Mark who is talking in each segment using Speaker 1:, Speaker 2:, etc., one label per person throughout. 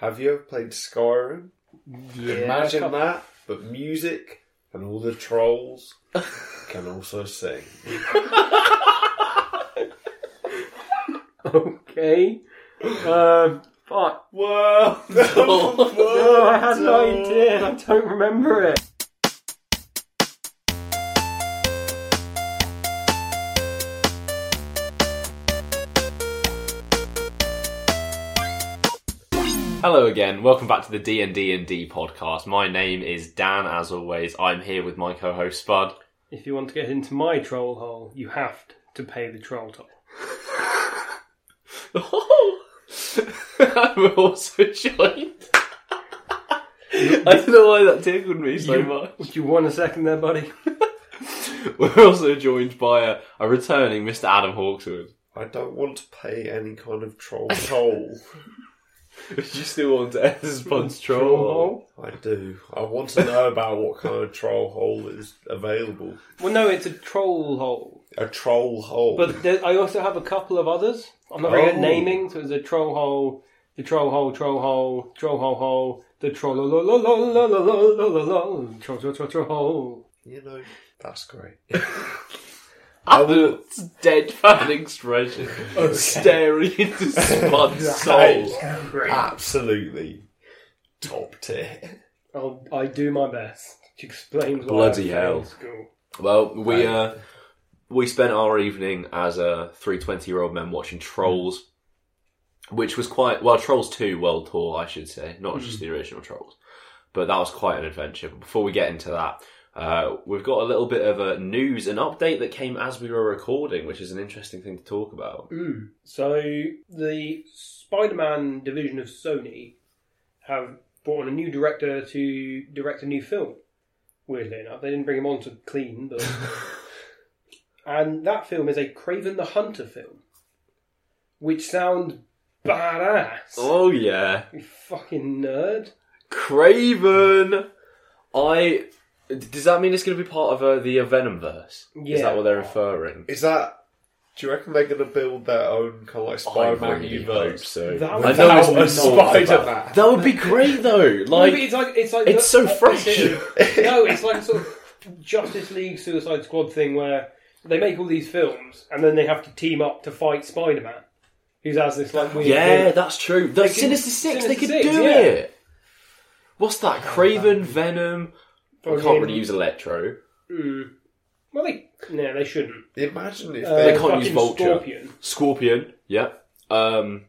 Speaker 1: Have you ever played Skyrim?
Speaker 2: Yeah,
Speaker 1: Imagine
Speaker 2: come-
Speaker 1: that, but music and all the trolls can also sing.
Speaker 2: Okay. Um, fuck.
Speaker 1: Whoa!
Speaker 2: No, I had no idea. I don't remember it.
Speaker 3: Hello again. Welcome back to the D and D and D podcast. My name is Dan. As always, I'm here with my co-host Spud.
Speaker 2: If you want to get into my troll hole, you have to pay the troll toll.
Speaker 3: We're also joined. I don't know why that tickled me so much.
Speaker 2: Would you want a second there, buddy?
Speaker 3: We're also joined by a, a returning Mr. Adam Hawkswood.
Speaker 1: I don't want to pay any kind of troll toll.
Speaker 3: If you still want to end this Spud's
Speaker 2: Troll
Speaker 3: troll,
Speaker 2: hole?
Speaker 1: I do. I want to know about what kind of troll hole is available.
Speaker 2: Well, no, it's a troll hole.
Speaker 1: A troll hole.
Speaker 2: But there, I also have a couple of others. I'm not very good
Speaker 1: Oh.
Speaker 2: at naming, so it's a troll hole, the troll hole, troll hole, troll hole hole, the troll lo lo lo lo lo lo lo lo lo troll troll troll troll hole.
Speaker 1: you know, that's great.
Speaker 3: Adam's deadpan expression staring into Spud's soul.
Speaker 1: Absolutely top tier.
Speaker 2: I'll, I do my best to explain why
Speaker 3: Bloody
Speaker 2: I failed
Speaker 3: hell.
Speaker 2: School.
Speaker 3: Well, we uh, we spent our evening as a three twenty year old men watching Trolls, which was quite well Trolls Two World Tour, I should say, not just
Speaker 2: Hmm.
Speaker 3: the original Trolls, but that was quite an adventure. But before we get into that, uh, we've got a little bit of a news and update that came as we were recording, which is an interesting thing to talk about.
Speaker 2: Mm. So the Spider-Man division of Sony have brought on a new director to direct a new film. Weirdly enough, they didn't bring him on to clean, but and that film is a Craven the Hunter film, which sounds badass.
Speaker 3: Oh yeah,
Speaker 2: You fucking nerd!
Speaker 3: Craven, I. Does that mean it's going to be part of uh, the Venomverse? Is
Speaker 2: Yeah.
Speaker 3: that what they're referring?
Speaker 1: Is that. Do you reckon they're going to build their own kind of like Spider Man universe?
Speaker 3: so.
Speaker 2: That
Speaker 3: I
Speaker 2: would,
Speaker 3: know it's
Speaker 1: Without
Speaker 3: been
Speaker 1: a
Speaker 3: talked about.
Speaker 1: Spider-Man.
Speaker 3: That would be great though.
Speaker 2: like,
Speaker 3: Like
Speaker 2: it's like it's like
Speaker 3: it's
Speaker 2: the
Speaker 3: so fresh.
Speaker 2: opposite- no, it's like a sort of Justice League Suicide Squad thing where they make all these films and then they have to team up to fight Spider Man, who's has this like weird.
Speaker 3: yeah,
Speaker 2: thing.
Speaker 3: that's true. The
Speaker 2: could-
Speaker 3: Sinister Six, they
Speaker 2: Sinister
Speaker 3: could
Speaker 2: Six,
Speaker 3: do
Speaker 2: yeah.
Speaker 3: it. What's that? Craven, Venom. I can't really use Electro.
Speaker 2: Mm. Well, they no, they shouldn't.
Speaker 1: Imagine if
Speaker 2: Uh,
Speaker 1: they.
Speaker 3: They can't use
Speaker 2: fucking
Speaker 3: Vulture.
Speaker 2: Scorpion.
Speaker 3: Scorpion, yeah. Um,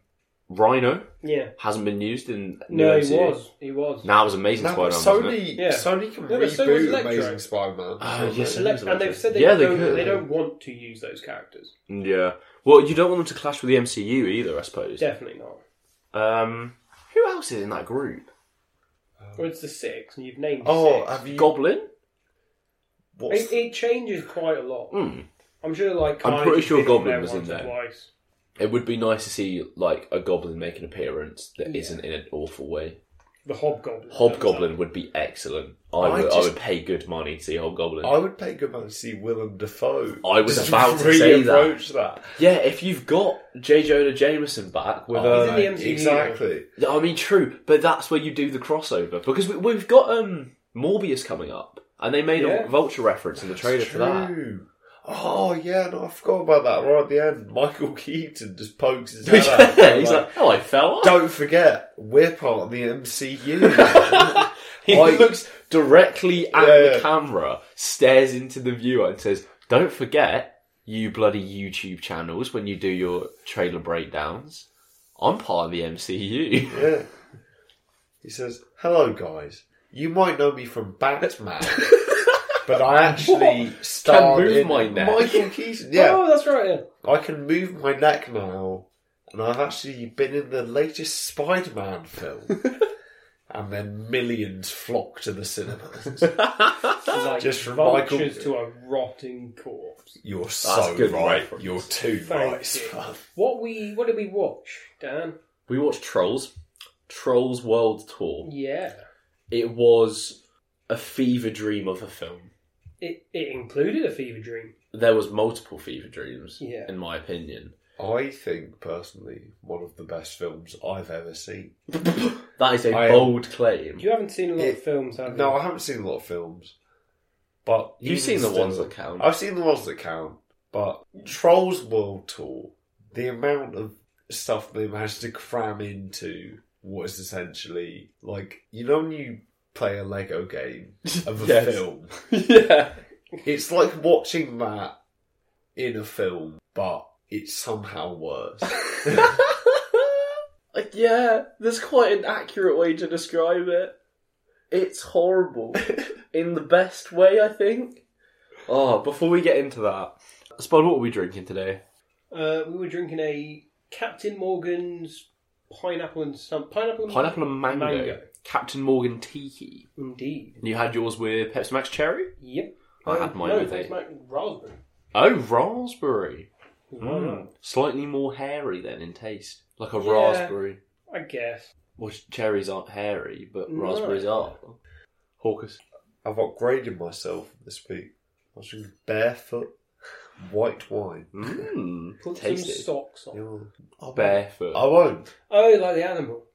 Speaker 3: Rhino
Speaker 2: Yeah,
Speaker 3: hasn't been used in new
Speaker 2: no, he
Speaker 3: MCU.
Speaker 2: was, he was.
Speaker 3: Now it was Amazing
Speaker 1: No, but
Speaker 3: Spider-Man. wasn't
Speaker 1: Sony,
Speaker 3: it?
Speaker 2: Yeah.
Speaker 1: Sony can
Speaker 2: No, but so was
Speaker 1: reboot
Speaker 2: Electro.
Speaker 1: Amazing Spider-Man.
Speaker 3: Ah, yes,
Speaker 2: Elect- and they've said they,
Speaker 3: Yeah, they
Speaker 2: don't,
Speaker 3: could.
Speaker 2: they don't want to use those characters.
Speaker 3: Mm, Yeah. Well, you don't want them to clash with the MCU either, I suppose.
Speaker 2: Definitely not.
Speaker 3: Um, who else is in that group?
Speaker 2: Well, it's the six, and you've named.
Speaker 1: Oh,
Speaker 2: six.
Speaker 1: have you?
Speaker 3: Goblin.
Speaker 1: what's
Speaker 2: It, it changes quite a lot.
Speaker 3: Hmm.
Speaker 2: I'm sure, like
Speaker 3: I'm
Speaker 2: Carnage
Speaker 3: pretty
Speaker 2: has
Speaker 3: sure
Speaker 2: been on
Speaker 3: Goblin was in
Speaker 2: once or
Speaker 3: there.
Speaker 2: Twice.
Speaker 3: It would be nice to see like a goblin make an appearance that not in an awful way.
Speaker 2: The Hobgoblin.
Speaker 3: Hobgoblin would be excellent. I,
Speaker 1: I
Speaker 3: would, I
Speaker 1: just-
Speaker 3: would pay good money to see Hobgoblin.
Speaker 1: I would pay good money to see Willem Dafoe.
Speaker 3: I was
Speaker 1: Just
Speaker 3: about to
Speaker 1: really
Speaker 3: say that.
Speaker 1: approach that.
Speaker 3: yeah, if you've got J. Jonah Jameson back
Speaker 1: Oh.
Speaker 3: with
Speaker 2: He's in
Speaker 3: uh,
Speaker 2: the MCU.
Speaker 1: Exactly.
Speaker 3: I mean, true, but that's where you do the crossover because we, we've got um Morbius coming up, and they made
Speaker 2: Yeah.
Speaker 3: a Vulture reference in the trailer for that.
Speaker 1: True. Oh yeah, no, I forgot about that right at the end. Michael Keaton just pokes his head out.
Speaker 3: Yeah, he's like, "Oh, I fell off."
Speaker 1: Don't forget, we're part of the MCU.
Speaker 3: He
Speaker 1: I-
Speaker 3: looks directly at
Speaker 1: Yeah,
Speaker 3: the
Speaker 1: yeah.
Speaker 3: camera, stares into the viewer, and says, "Don't forget, you bloody YouTube channels, when you do your trailer breakdowns, I'm part of the MCU."
Speaker 1: yeah. He says, "Hello, guys. You might know me from Batman, but I actually starred
Speaker 3: move
Speaker 1: in
Speaker 3: my neck.
Speaker 1: Michael Keaton. Yeah,
Speaker 2: Oh, that's right. Yeah.
Speaker 1: I can move my neck now, and I've actually been in the latest Spider-Man film. And then millions flock to the cinemas.
Speaker 2: Like
Speaker 1: Just from
Speaker 2: vultures
Speaker 1: Michael-
Speaker 2: to a rotting corpse.
Speaker 1: You're so
Speaker 3: good
Speaker 1: right.
Speaker 3: reference.
Speaker 1: You're too
Speaker 2: Thank
Speaker 1: right.
Speaker 2: you.
Speaker 1: son.
Speaker 2: What we what did we watch, Dan?
Speaker 3: We watched Trolls, Trolls World Tour.
Speaker 2: Yeah,
Speaker 3: It was a fever dream of a film.
Speaker 2: it it included a fever dream.
Speaker 3: There was multiple fever dreams,
Speaker 2: Yeah.
Speaker 3: in my opinion.
Speaker 1: I think personally one of the best films I've ever seen.
Speaker 3: That is a
Speaker 1: I am-
Speaker 3: bold claim.
Speaker 2: You haven't seen a lot of
Speaker 1: It-
Speaker 2: films, have you?
Speaker 1: No, I haven't seen a lot of films, but
Speaker 3: You've
Speaker 1: even
Speaker 3: seen the
Speaker 1: still-
Speaker 3: ones that count.
Speaker 1: I've seen the ones that count, but Trolls World Tour, the amount of stuff they managed to cram into what is essentially like you know when you play a Lego game of a
Speaker 3: Yes.
Speaker 1: film,
Speaker 3: yeah.
Speaker 1: it's like watching that in a film, but it's somehow worse.
Speaker 3: Like, yeah, there's quite an accurate way to describe it. It's horrible. in the best way, I think. Oh, before we get into that, Spud, what are we drinking today?
Speaker 2: Uh, we were drinking a Captain Morgan's pineapple and some pineapple.
Speaker 3: Pineapple and mango. Captain Morgan Tiki.
Speaker 2: Indeed.
Speaker 3: You had yours with Pepsi Max Cherry?
Speaker 2: Yep.
Speaker 3: I
Speaker 2: No,
Speaker 3: had mine
Speaker 2: no,
Speaker 3: with
Speaker 2: thanks,
Speaker 3: it.
Speaker 2: mate. Raspberry.
Speaker 3: Oh, raspberry.
Speaker 2: Why not?
Speaker 3: Slightly more hairy then in taste. Like a
Speaker 2: Yeah.
Speaker 3: raspberry.
Speaker 2: I guess.
Speaker 3: Well, cherries aren't hairy, but
Speaker 2: No.
Speaker 3: raspberries are. Hawkers.
Speaker 1: I've upgraded myself this week. I was drinking barefoot white wine.
Speaker 3: Mmm.
Speaker 2: Put
Speaker 3: Tasty.
Speaker 2: some socks on.
Speaker 1: I won't.
Speaker 3: Barefoot.
Speaker 1: I won't.
Speaker 2: Oh, like the animal.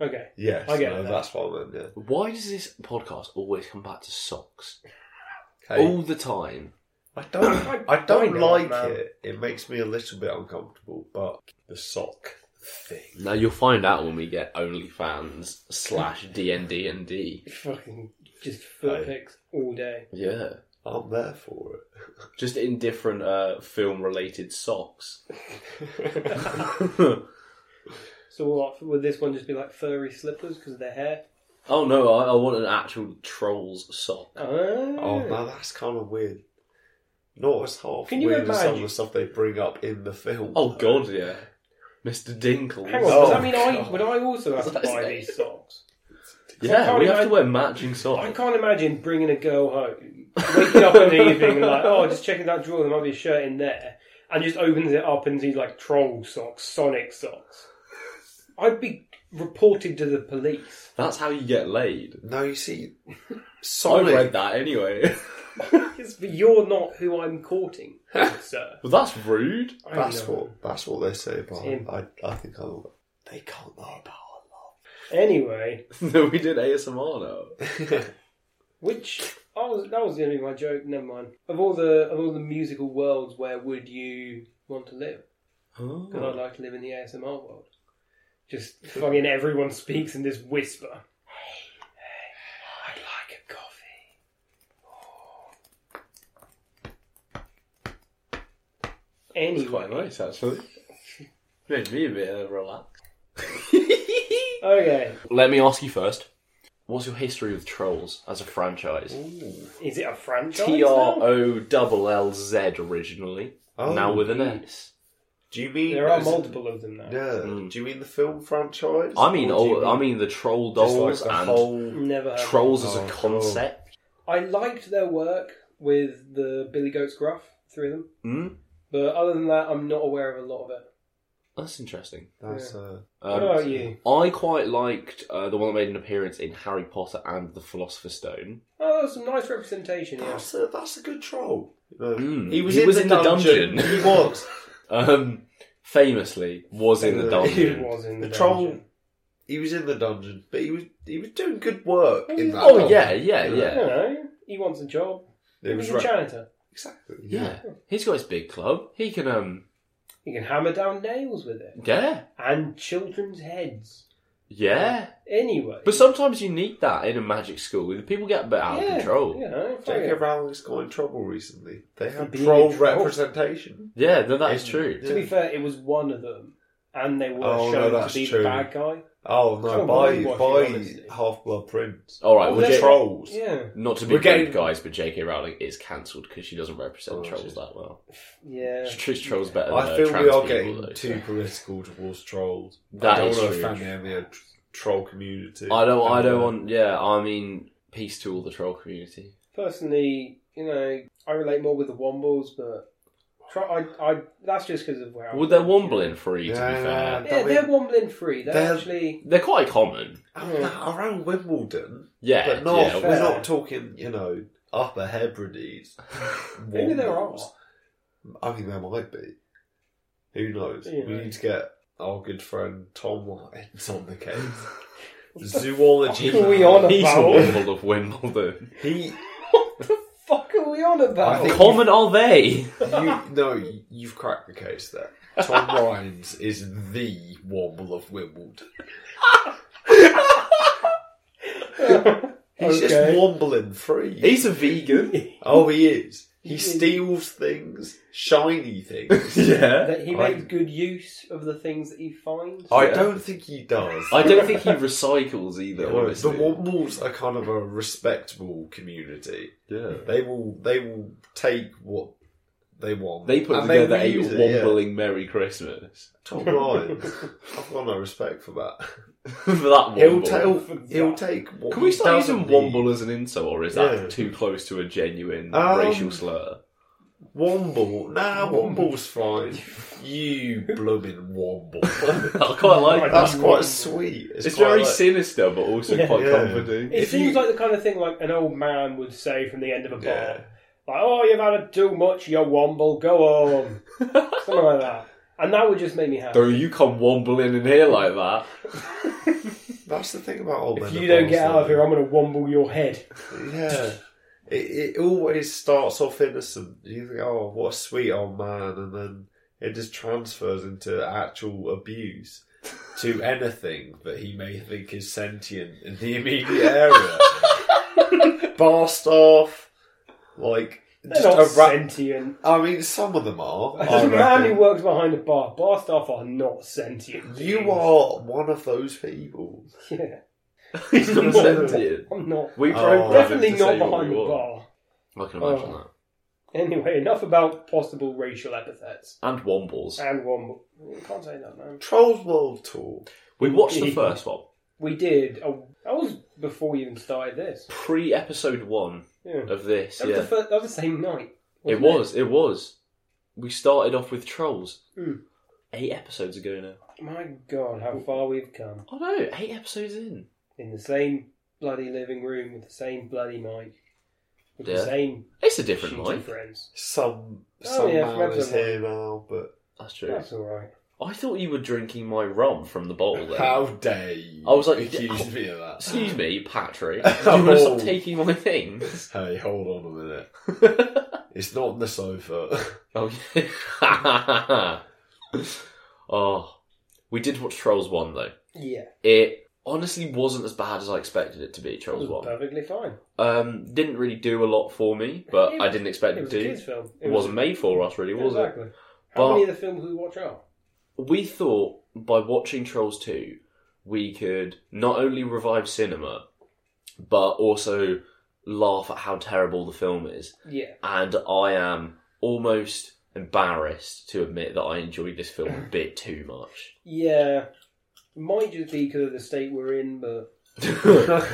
Speaker 2: Okay.
Speaker 1: Yes,
Speaker 2: I get
Speaker 1: no,
Speaker 2: that.
Speaker 1: that's what I meant. Yeah.
Speaker 3: Why does this podcast always come back to socks?
Speaker 1: Okay.
Speaker 3: All the time.
Speaker 1: I don't. I
Speaker 2: I
Speaker 1: don't
Speaker 2: know,
Speaker 1: like
Speaker 2: man.
Speaker 1: it. It makes me a little bit uncomfortable. But the sock thing.
Speaker 3: Now you'll find out when we get OnlyFans slash D and D and D.
Speaker 2: Fucking just foot
Speaker 1: Aye.
Speaker 2: pics all day.
Speaker 3: Yeah.
Speaker 1: I'm there for it.
Speaker 3: Just in different uh, film related socks.
Speaker 2: So what, would this one just be like furry slippers because of their hair?
Speaker 3: Oh no, I, I want an actual trolls sock.
Speaker 1: Oh,
Speaker 2: Oh,
Speaker 1: now that's kind of weird. Not as half
Speaker 2: Can you
Speaker 1: weird as some of
Speaker 2: imagine-
Speaker 1: the stuff they bring up in the film.
Speaker 3: Oh god, yeah. Mr. Dinkles.
Speaker 2: Hang on,
Speaker 1: Oh,
Speaker 2: does that mean I
Speaker 1: God.
Speaker 2: would I also have to
Speaker 3: That's
Speaker 2: buy
Speaker 3: it.
Speaker 2: these socks?
Speaker 3: Yeah,
Speaker 2: can't
Speaker 3: we have to
Speaker 2: imagine-
Speaker 3: wear matching socks.
Speaker 2: I can't imagine bringing a girl home, waking up in the evening and like, oh, just checking that drawer, there might be a shirt in there, and just opens it up and sees like troll socks, Sonic socks. I'd be reported to the police.
Speaker 3: That's how you get laid.
Speaker 1: No, you see,
Speaker 3: I read
Speaker 1: Sonic.
Speaker 3: that anyway.
Speaker 2: It's- but you're not who I'm courting, sir.
Speaker 3: well, that's rude.
Speaker 2: I
Speaker 1: That's
Speaker 2: know.
Speaker 1: what. That's what they say about.
Speaker 2: It's
Speaker 1: Him.
Speaker 2: him.
Speaker 1: I. I think I. will- They can't know about our love.
Speaker 2: Anyway,
Speaker 3: No, we did ASMR now.
Speaker 2: Which I was that was gonna be my joke. Never mind. Of all the of all the musical worlds, where would you want to live? Because
Speaker 3: Hmm.
Speaker 2: I'd like to live in the ASMR world. Just fucking everyone speaks in this whisper. Hey, hey, I'd like a coffee. Oh. Anyway,
Speaker 3: It's quite nice actually. Made me a bit uh, relaxed.
Speaker 2: okay.
Speaker 3: Let me ask you first. What's your history with trolls as a franchise?
Speaker 2: Is it a franchise?
Speaker 3: T R
Speaker 2: now?
Speaker 3: O L L Z originally,
Speaker 1: Oh.
Speaker 3: now with an S.
Speaker 1: Do you
Speaker 3: E
Speaker 1: mean
Speaker 2: There are
Speaker 1: as-
Speaker 2: multiple of them now.
Speaker 1: Yeah. Do you mean the film franchise?
Speaker 3: I mean,
Speaker 1: Or do you
Speaker 3: all, I mean the troll
Speaker 1: just like
Speaker 3: dolls
Speaker 1: the
Speaker 3: and
Speaker 1: whole-
Speaker 2: Never. heard of
Speaker 3: trolls as
Speaker 1: Oh,
Speaker 3: a
Speaker 1: cool.
Speaker 3: concept.
Speaker 2: I liked their work with the Billy Goat's Gruff, three of them.
Speaker 3: Mm,
Speaker 2: But other than that, I'm not aware of a lot of it.
Speaker 3: that's interesting.
Speaker 1: That's, uh,
Speaker 2: What
Speaker 3: Um,
Speaker 2: about you?
Speaker 3: I quite liked uh, the one that made an appearance in Harry Potter and the Philosopher's Stone.
Speaker 2: Oh, that was some nice representation here.
Speaker 1: that's, a, that's a good troll.
Speaker 3: Mm,
Speaker 1: He was,
Speaker 3: he
Speaker 1: in,
Speaker 3: was
Speaker 1: the
Speaker 3: in the
Speaker 1: dungeon.
Speaker 3: dungeon.
Speaker 1: he was.
Speaker 3: Um, famously, was in the
Speaker 1: It
Speaker 2: It
Speaker 3: dungeon.
Speaker 2: was in the,
Speaker 1: The troll-
Speaker 2: dungeon.
Speaker 1: He was in the dungeon, but he was he was doing good work in that.
Speaker 3: Oh
Speaker 1: dungeon.
Speaker 3: yeah, yeah, yeah.
Speaker 2: I don't know. He wants a job.
Speaker 1: It was
Speaker 2: He's a
Speaker 1: right.
Speaker 2: janitor.
Speaker 1: Exactly.
Speaker 3: Yeah, he's got his big club. He can, um,
Speaker 2: He can hammer down nails with it.
Speaker 3: yeah,
Speaker 2: And children's heads.
Speaker 3: yeah.
Speaker 2: Anyway.
Speaker 3: But sometimes you need that in a magic school. The People get a bit out
Speaker 2: yeah,
Speaker 3: of control.
Speaker 2: You
Speaker 3: Yeah,
Speaker 2: know, fuck
Speaker 1: J.K.
Speaker 2: it.
Speaker 1: Rowling's got in trouble recently. They had
Speaker 2: being a
Speaker 1: troll
Speaker 2: troll.
Speaker 1: representation.
Speaker 3: no, that is
Speaker 1: Yeah.
Speaker 3: true.
Speaker 2: to be fair, it was one of them. and they were
Speaker 1: Oh, no,
Speaker 2: shown to
Speaker 1: that's
Speaker 2: be
Speaker 1: true.
Speaker 2: the bad guy.
Speaker 1: Oh no,
Speaker 2: Come
Speaker 1: by
Speaker 2: on, watch it, honestly.
Speaker 1: by Half Blood Prince.
Speaker 3: All right,
Speaker 1: Or
Speaker 3: we'll
Speaker 1: the
Speaker 3: get-
Speaker 1: trolls.
Speaker 2: Yeah,
Speaker 3: Not to be
Speaker 1: We're
Speaker 3: rude,
Speaker 1: getting-
Speaker 3: guys, but J.K. Rowling is cancelled because she doesn't represent
Speaker 1: Oh,
Speaker 3: trolls
Speaker 1: shit.
Speaker 3: that well.
Speaker 2: yeah.
Speaker 3: She treats trolls better than
Speaker 1: I
Speaker 3: uh,
Speaker 1: feel
Speaker 3: trans
Speaker 1: we are
Speaker 3: people,
Speaker 1: getting
Speaker 3: though,
Speaker 1: too
Speaker 3: so.
Speaker 1: political towards trolls.
Speaker 3: That
Speaker 1: I don't
Speaker 3: is
Speaker 1: want
Speaker 3: true.
Speaker 1: to offend the tr- troll community.
Speaker 3: I don't. I
Speaker 1: And,
Speaker 3: don't
Speaker 1: uh,
Speaker 3: want. Yeah, I mean, peace to all the troll community.
Speaker 2: Personally, you know, I relate more with the Wombles, but try, I, I, that's just because of where. I'm
Speaker 3: Well, they're
Speaker 2: from,
Speaker 3: wombling free. To
Speaker 1: Yeah.
Speaker 3: be fair,
Speaker 2: Yeah, they're wombling free. They're,
Speaker 1: They're-
Speaker 2: actually
Speaker 3: they're quite common.
Speaker 1: ar- around Wimbledon,
Speaker 3: Yeah,
Speaker 1: but not.
Speaker 3: yeah,
Speaker 1: we're
Speaker 2: fair.
Speaker 1: not talking, you know, Upper Hebrides.
Speaker 2: maybe there are.
Speaker 1: Wombles. I think there might be. Who knows?
Speaker 2: Yeah.
Speaker 1: We need to get our good friend Tom Lyons on the case. Zoology.
Speaker 2: fuck are we on
Speaker 3: He's a
Speaker 2: about?
Speaker 3: womble of Wimbledon.
Speaker 1: He,
Speaker 2: What the fuck are we on
Speaker 1: I
Speaker 2: about?
Speaker 1: think-
Speaker 3: common are they?
Speaker 1: you, no, you've cracked the case there. Tom Lyons is the Womble of Wimbledon. He's just
Speaker 2: Okay.
Speaker 1: wombling free.
Speaker 3: He's a vegan.
Speaker 1: oh, he is. He
Speaker 2: He is.
Speaker 1: steals things, shiny things.
Speaker 3: yeah.
Speaker 2: that he
Speaker 1: I-
Speaker 2: makes good use of the things that he finds.
Speaker 1: I
Speaker 3: Yeah.
Speaker 1: don't think he does.
Speaker 3: I don't think he recycles either.
Speaker 1: the
Speaker 3: honestly.
Speaker 1: Wombles are kind of a respectable community.
Speaker 3: Yeah.
Speaker 1: They will they will take what they want.
Speaker 3: They put
Speaker 1: and
Speaker 3: together
Speaker 1: will
Speaker 3: a
Speaker 1: use it,
Speaker 3: wombling Merry Christmas.
Speaker 1: yeah. Tom Lyons. I've got no respect for that.
Speaker 3: For that
Speaker 1: He'll,
Speaker 3: womble.
Speaker 1: tell, he'll take what
Speaker 3: Can we
Speaker 1: he
Speaker 3: start using
Speaker 1: doesn't need.
Speaker 3: womble as an insult, or is that
Speaker 1: Yeah.
Speaker 3: too close to a genuine
Speaker 1: Um,
Speaker 3: racial slur?
Speaker 1: Womble. Nah, Womble's fine. You blooming Womble.
Speaker 3: I quite like that.
Speaker 1: That's quite sweet.
Speaker 3: It's,
Speaker 1: quite
Speaker 3: very
Speaker 1: like-
Speaker 3: sinister, but also
Speaker 2: Yeah.
Speaker 3: quite
Speaker 1: Yeah.
Speaker 3: comforting.
Speaker 2: It
Speaker 1: If
Speaker 2: seems
Speaker 1: you-
Speaker 2: like the kind of thing like an old man would say from the end of a bar.
Speaker 1: Yeah.
Speaker 2: Like, oh, you've had too much, you womble, go home. Something like that. And that would just make me happy.
Speaker 3: Though you come wombling in here like that.
Speaker 1: That's the thing about old
Speaker 2: If
Speaker 1: men
Speaker 2: you
Speaker 1: are
Speaker 2: don't
Speaker 1: boss,
Speaker 2: get out of
Speaker 1: though.
Speaker 2: here, I'm going to womble your head.
Speaker 1: Yeah. It, it always starts off innocent. You think, oh, what a sweet old man, and then it just transfers into actual abuse to anything that he may think is sentient in the immediate area. Bar staff, like
Speaker 2: They're
Speaker 1: just
Speaker 2: not
Speaker 1: a ra-
Speaker 2: sentient.
Speaker 1: I mean, some of them are. I
Speaker 2: There's a man who
Speaker 1: reckon.
Speaker 2: works behind a bar. Bar staff are not sentient.
Speaker 1: You
Speaker 2: beings.
Speaker 1: are one of those people.
Speaker 2: Yeah.
Speaker 3: He's not sentient.
Speaker 2: I'm not.
Speaker 1: Oh,
Speaker 3: We programmed
Speaker 2: Definitely
Speaker 3: him to say
Speaker 2: not
Speaker 3: what
Speaker 2: behind
Speaker 3: we
Speaker 2: the
Speaker 3: want.
Speaker 2: bar.
Speaker 3: I can imagine
Speaker 2: Oh. Anyway, enough about possible racial epithets.
Speaker 3: that. And wombles.
Speaker 2: And womble. You can't say that, man.
Speaker 1: Trolls World Tour.
Speaker 3: We watched the first one.
Speaker 2: We did. Oh, that was before we even started this.
Speaker 3: Pre episode one
Speaker 2: Yeah.
Speaker 3: of this.
Speaker 2: That was,
Speaker 3: yeah.
Speaker 2: the first, that was the same night.
Speaker 3: It
Speaker 2: wasn't
Speaker 3: was, it was. We started off with trolls.
Speaker 2: Mm.
Speaker 3: Eight episodes ago now.
Speaker 2: My God, how far we've come.
Speaker 3: Oh no, eight episodes in.
Speaker 2: In the same bloody living room with the same bloody mic. With
Speaker 3: Yeah.
Speaker 2: the same
Speaker 3: It's a different
Speaker 2: shitty
Speaker 3: life.
Speaker 2: friends.
Speaker 1: Some
Speaker 2: Oh,
Speaker 1: some
Speaker 2: yeah,
Speaker 1: man is
Speaker 2: forever.
Speaker 1: here now, but
Speaker 3: That's true.
Speaker 2: That's alright.
Speaker 3: I thought you were drinking my rum from the bottle then.
Speaker 1: How dare you?
Speaker 3: I was like,
Speaker 1: accuse
Speaker 3: "Oh,
Speaker 1: me of that.
Speaker 3: Excuse me, Patrick. Do you want to
Speaker 2: Oh.
Speaker 3: stop taking my things?
Speaker 1: Hey, hold on a minute.
Speaker 3: oh
Speaker 1: It's not on the sofa.
Speaker 3: yeah. oh, we did watch Trolls One though.
Speaker 2: Yeah.
Speaker 3: It honestly wasn't as bad as I expected it to be.
Speaker 2: It
Speaker 3: Trolls
Speaker 2: was
Speaker 3: One
Speaker 2: perfectly fine.
Speaker 3: um, didn't really do a lot for me, but
Speaker 2: It-
Speaker 3: I didn't expect
Speaker 2: It
Speaker 3: it
Speaker 2: was
Speaker 3: to.
Speaker 2: a kids' film.
Speaker 3: It wasn't made for us, really, was it?
Speaker 2: exactly. How
Speaker 3: But-
Speaker 2: many of the films we watch are?
Speaker 3: we thought by watching Trolls 2, we could not only revive cinema, but also laugh at how terrible the film is.
Speaker 2: Yeah.
Speaker 3: And I am almost embarrassed to admit that I enjoyed this film a bit too much.
Speaker 2: Yeah. Might just be because of the state we're in, but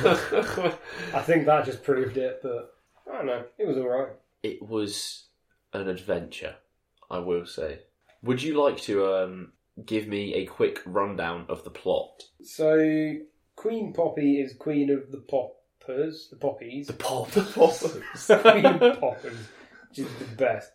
Speaker 2: I think that just proved it. But I don't know. It was alright.
Speaker 3: it was an adventure, I will say. Would you like to um, give me a quick rundown of the plot?
Speaker 2: So, Queen Poppy is Queen of the Poppers, the Poppies.
Speaker 3: plot.
Speaker 2: Queen of Poppers, which is the best.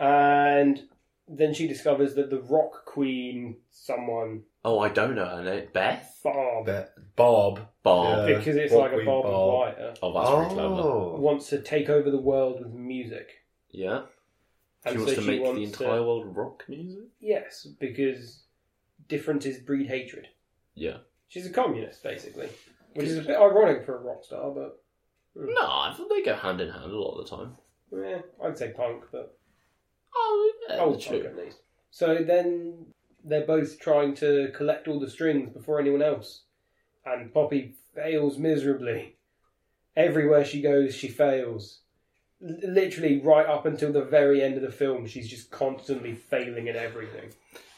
Speaker 2: And then she discovers that the Rock Queen, someone,
Speaker 3: oh, I don't know her name. Beth?
Speaker 2: Barb,
Speaker 1: That Bob.
Speaker 3: Barb.
Speaker 1: Yeah.
Speaker 2: because it's
Speaker 1: Rock
Speaker 2: like a
Speaker 1: Queen
Speaker 2: Barb and
Speaker 1: Barb.
Speaker 2: wire,
Speaker 3: Oh, that's pretty clever.
Speaker 2: wants to take over the world with music.
Speaker 3: Yeah.
Speaker 2: And
Speaker 3: she wants
Speaker 2: so
Speaker 3: to make the
Speaker 2: wants to-
Speaker 3: entire world rock music.
Speaker 2: Yes, because differences breed hatred.
Speaker 3: Yeah.
Speaker 2: She's a communist, basically, which is a bit ironic for a rock star, but
Speaker 3: No, I thought they go hand in hand a lot of the time.
Speaker 2: eh, I'd say punk, but
Speaker 3: Oh, yeah,
Speaker 2: old
Speaker 3: true.
Speaker 2: punk at least. So then they're both trying to collect all the strings before anyone else. And Poppy fails miserably. Everywhere she goes, she fails. L- literally, right up until the very end of the film, she's just constantly failing at everything.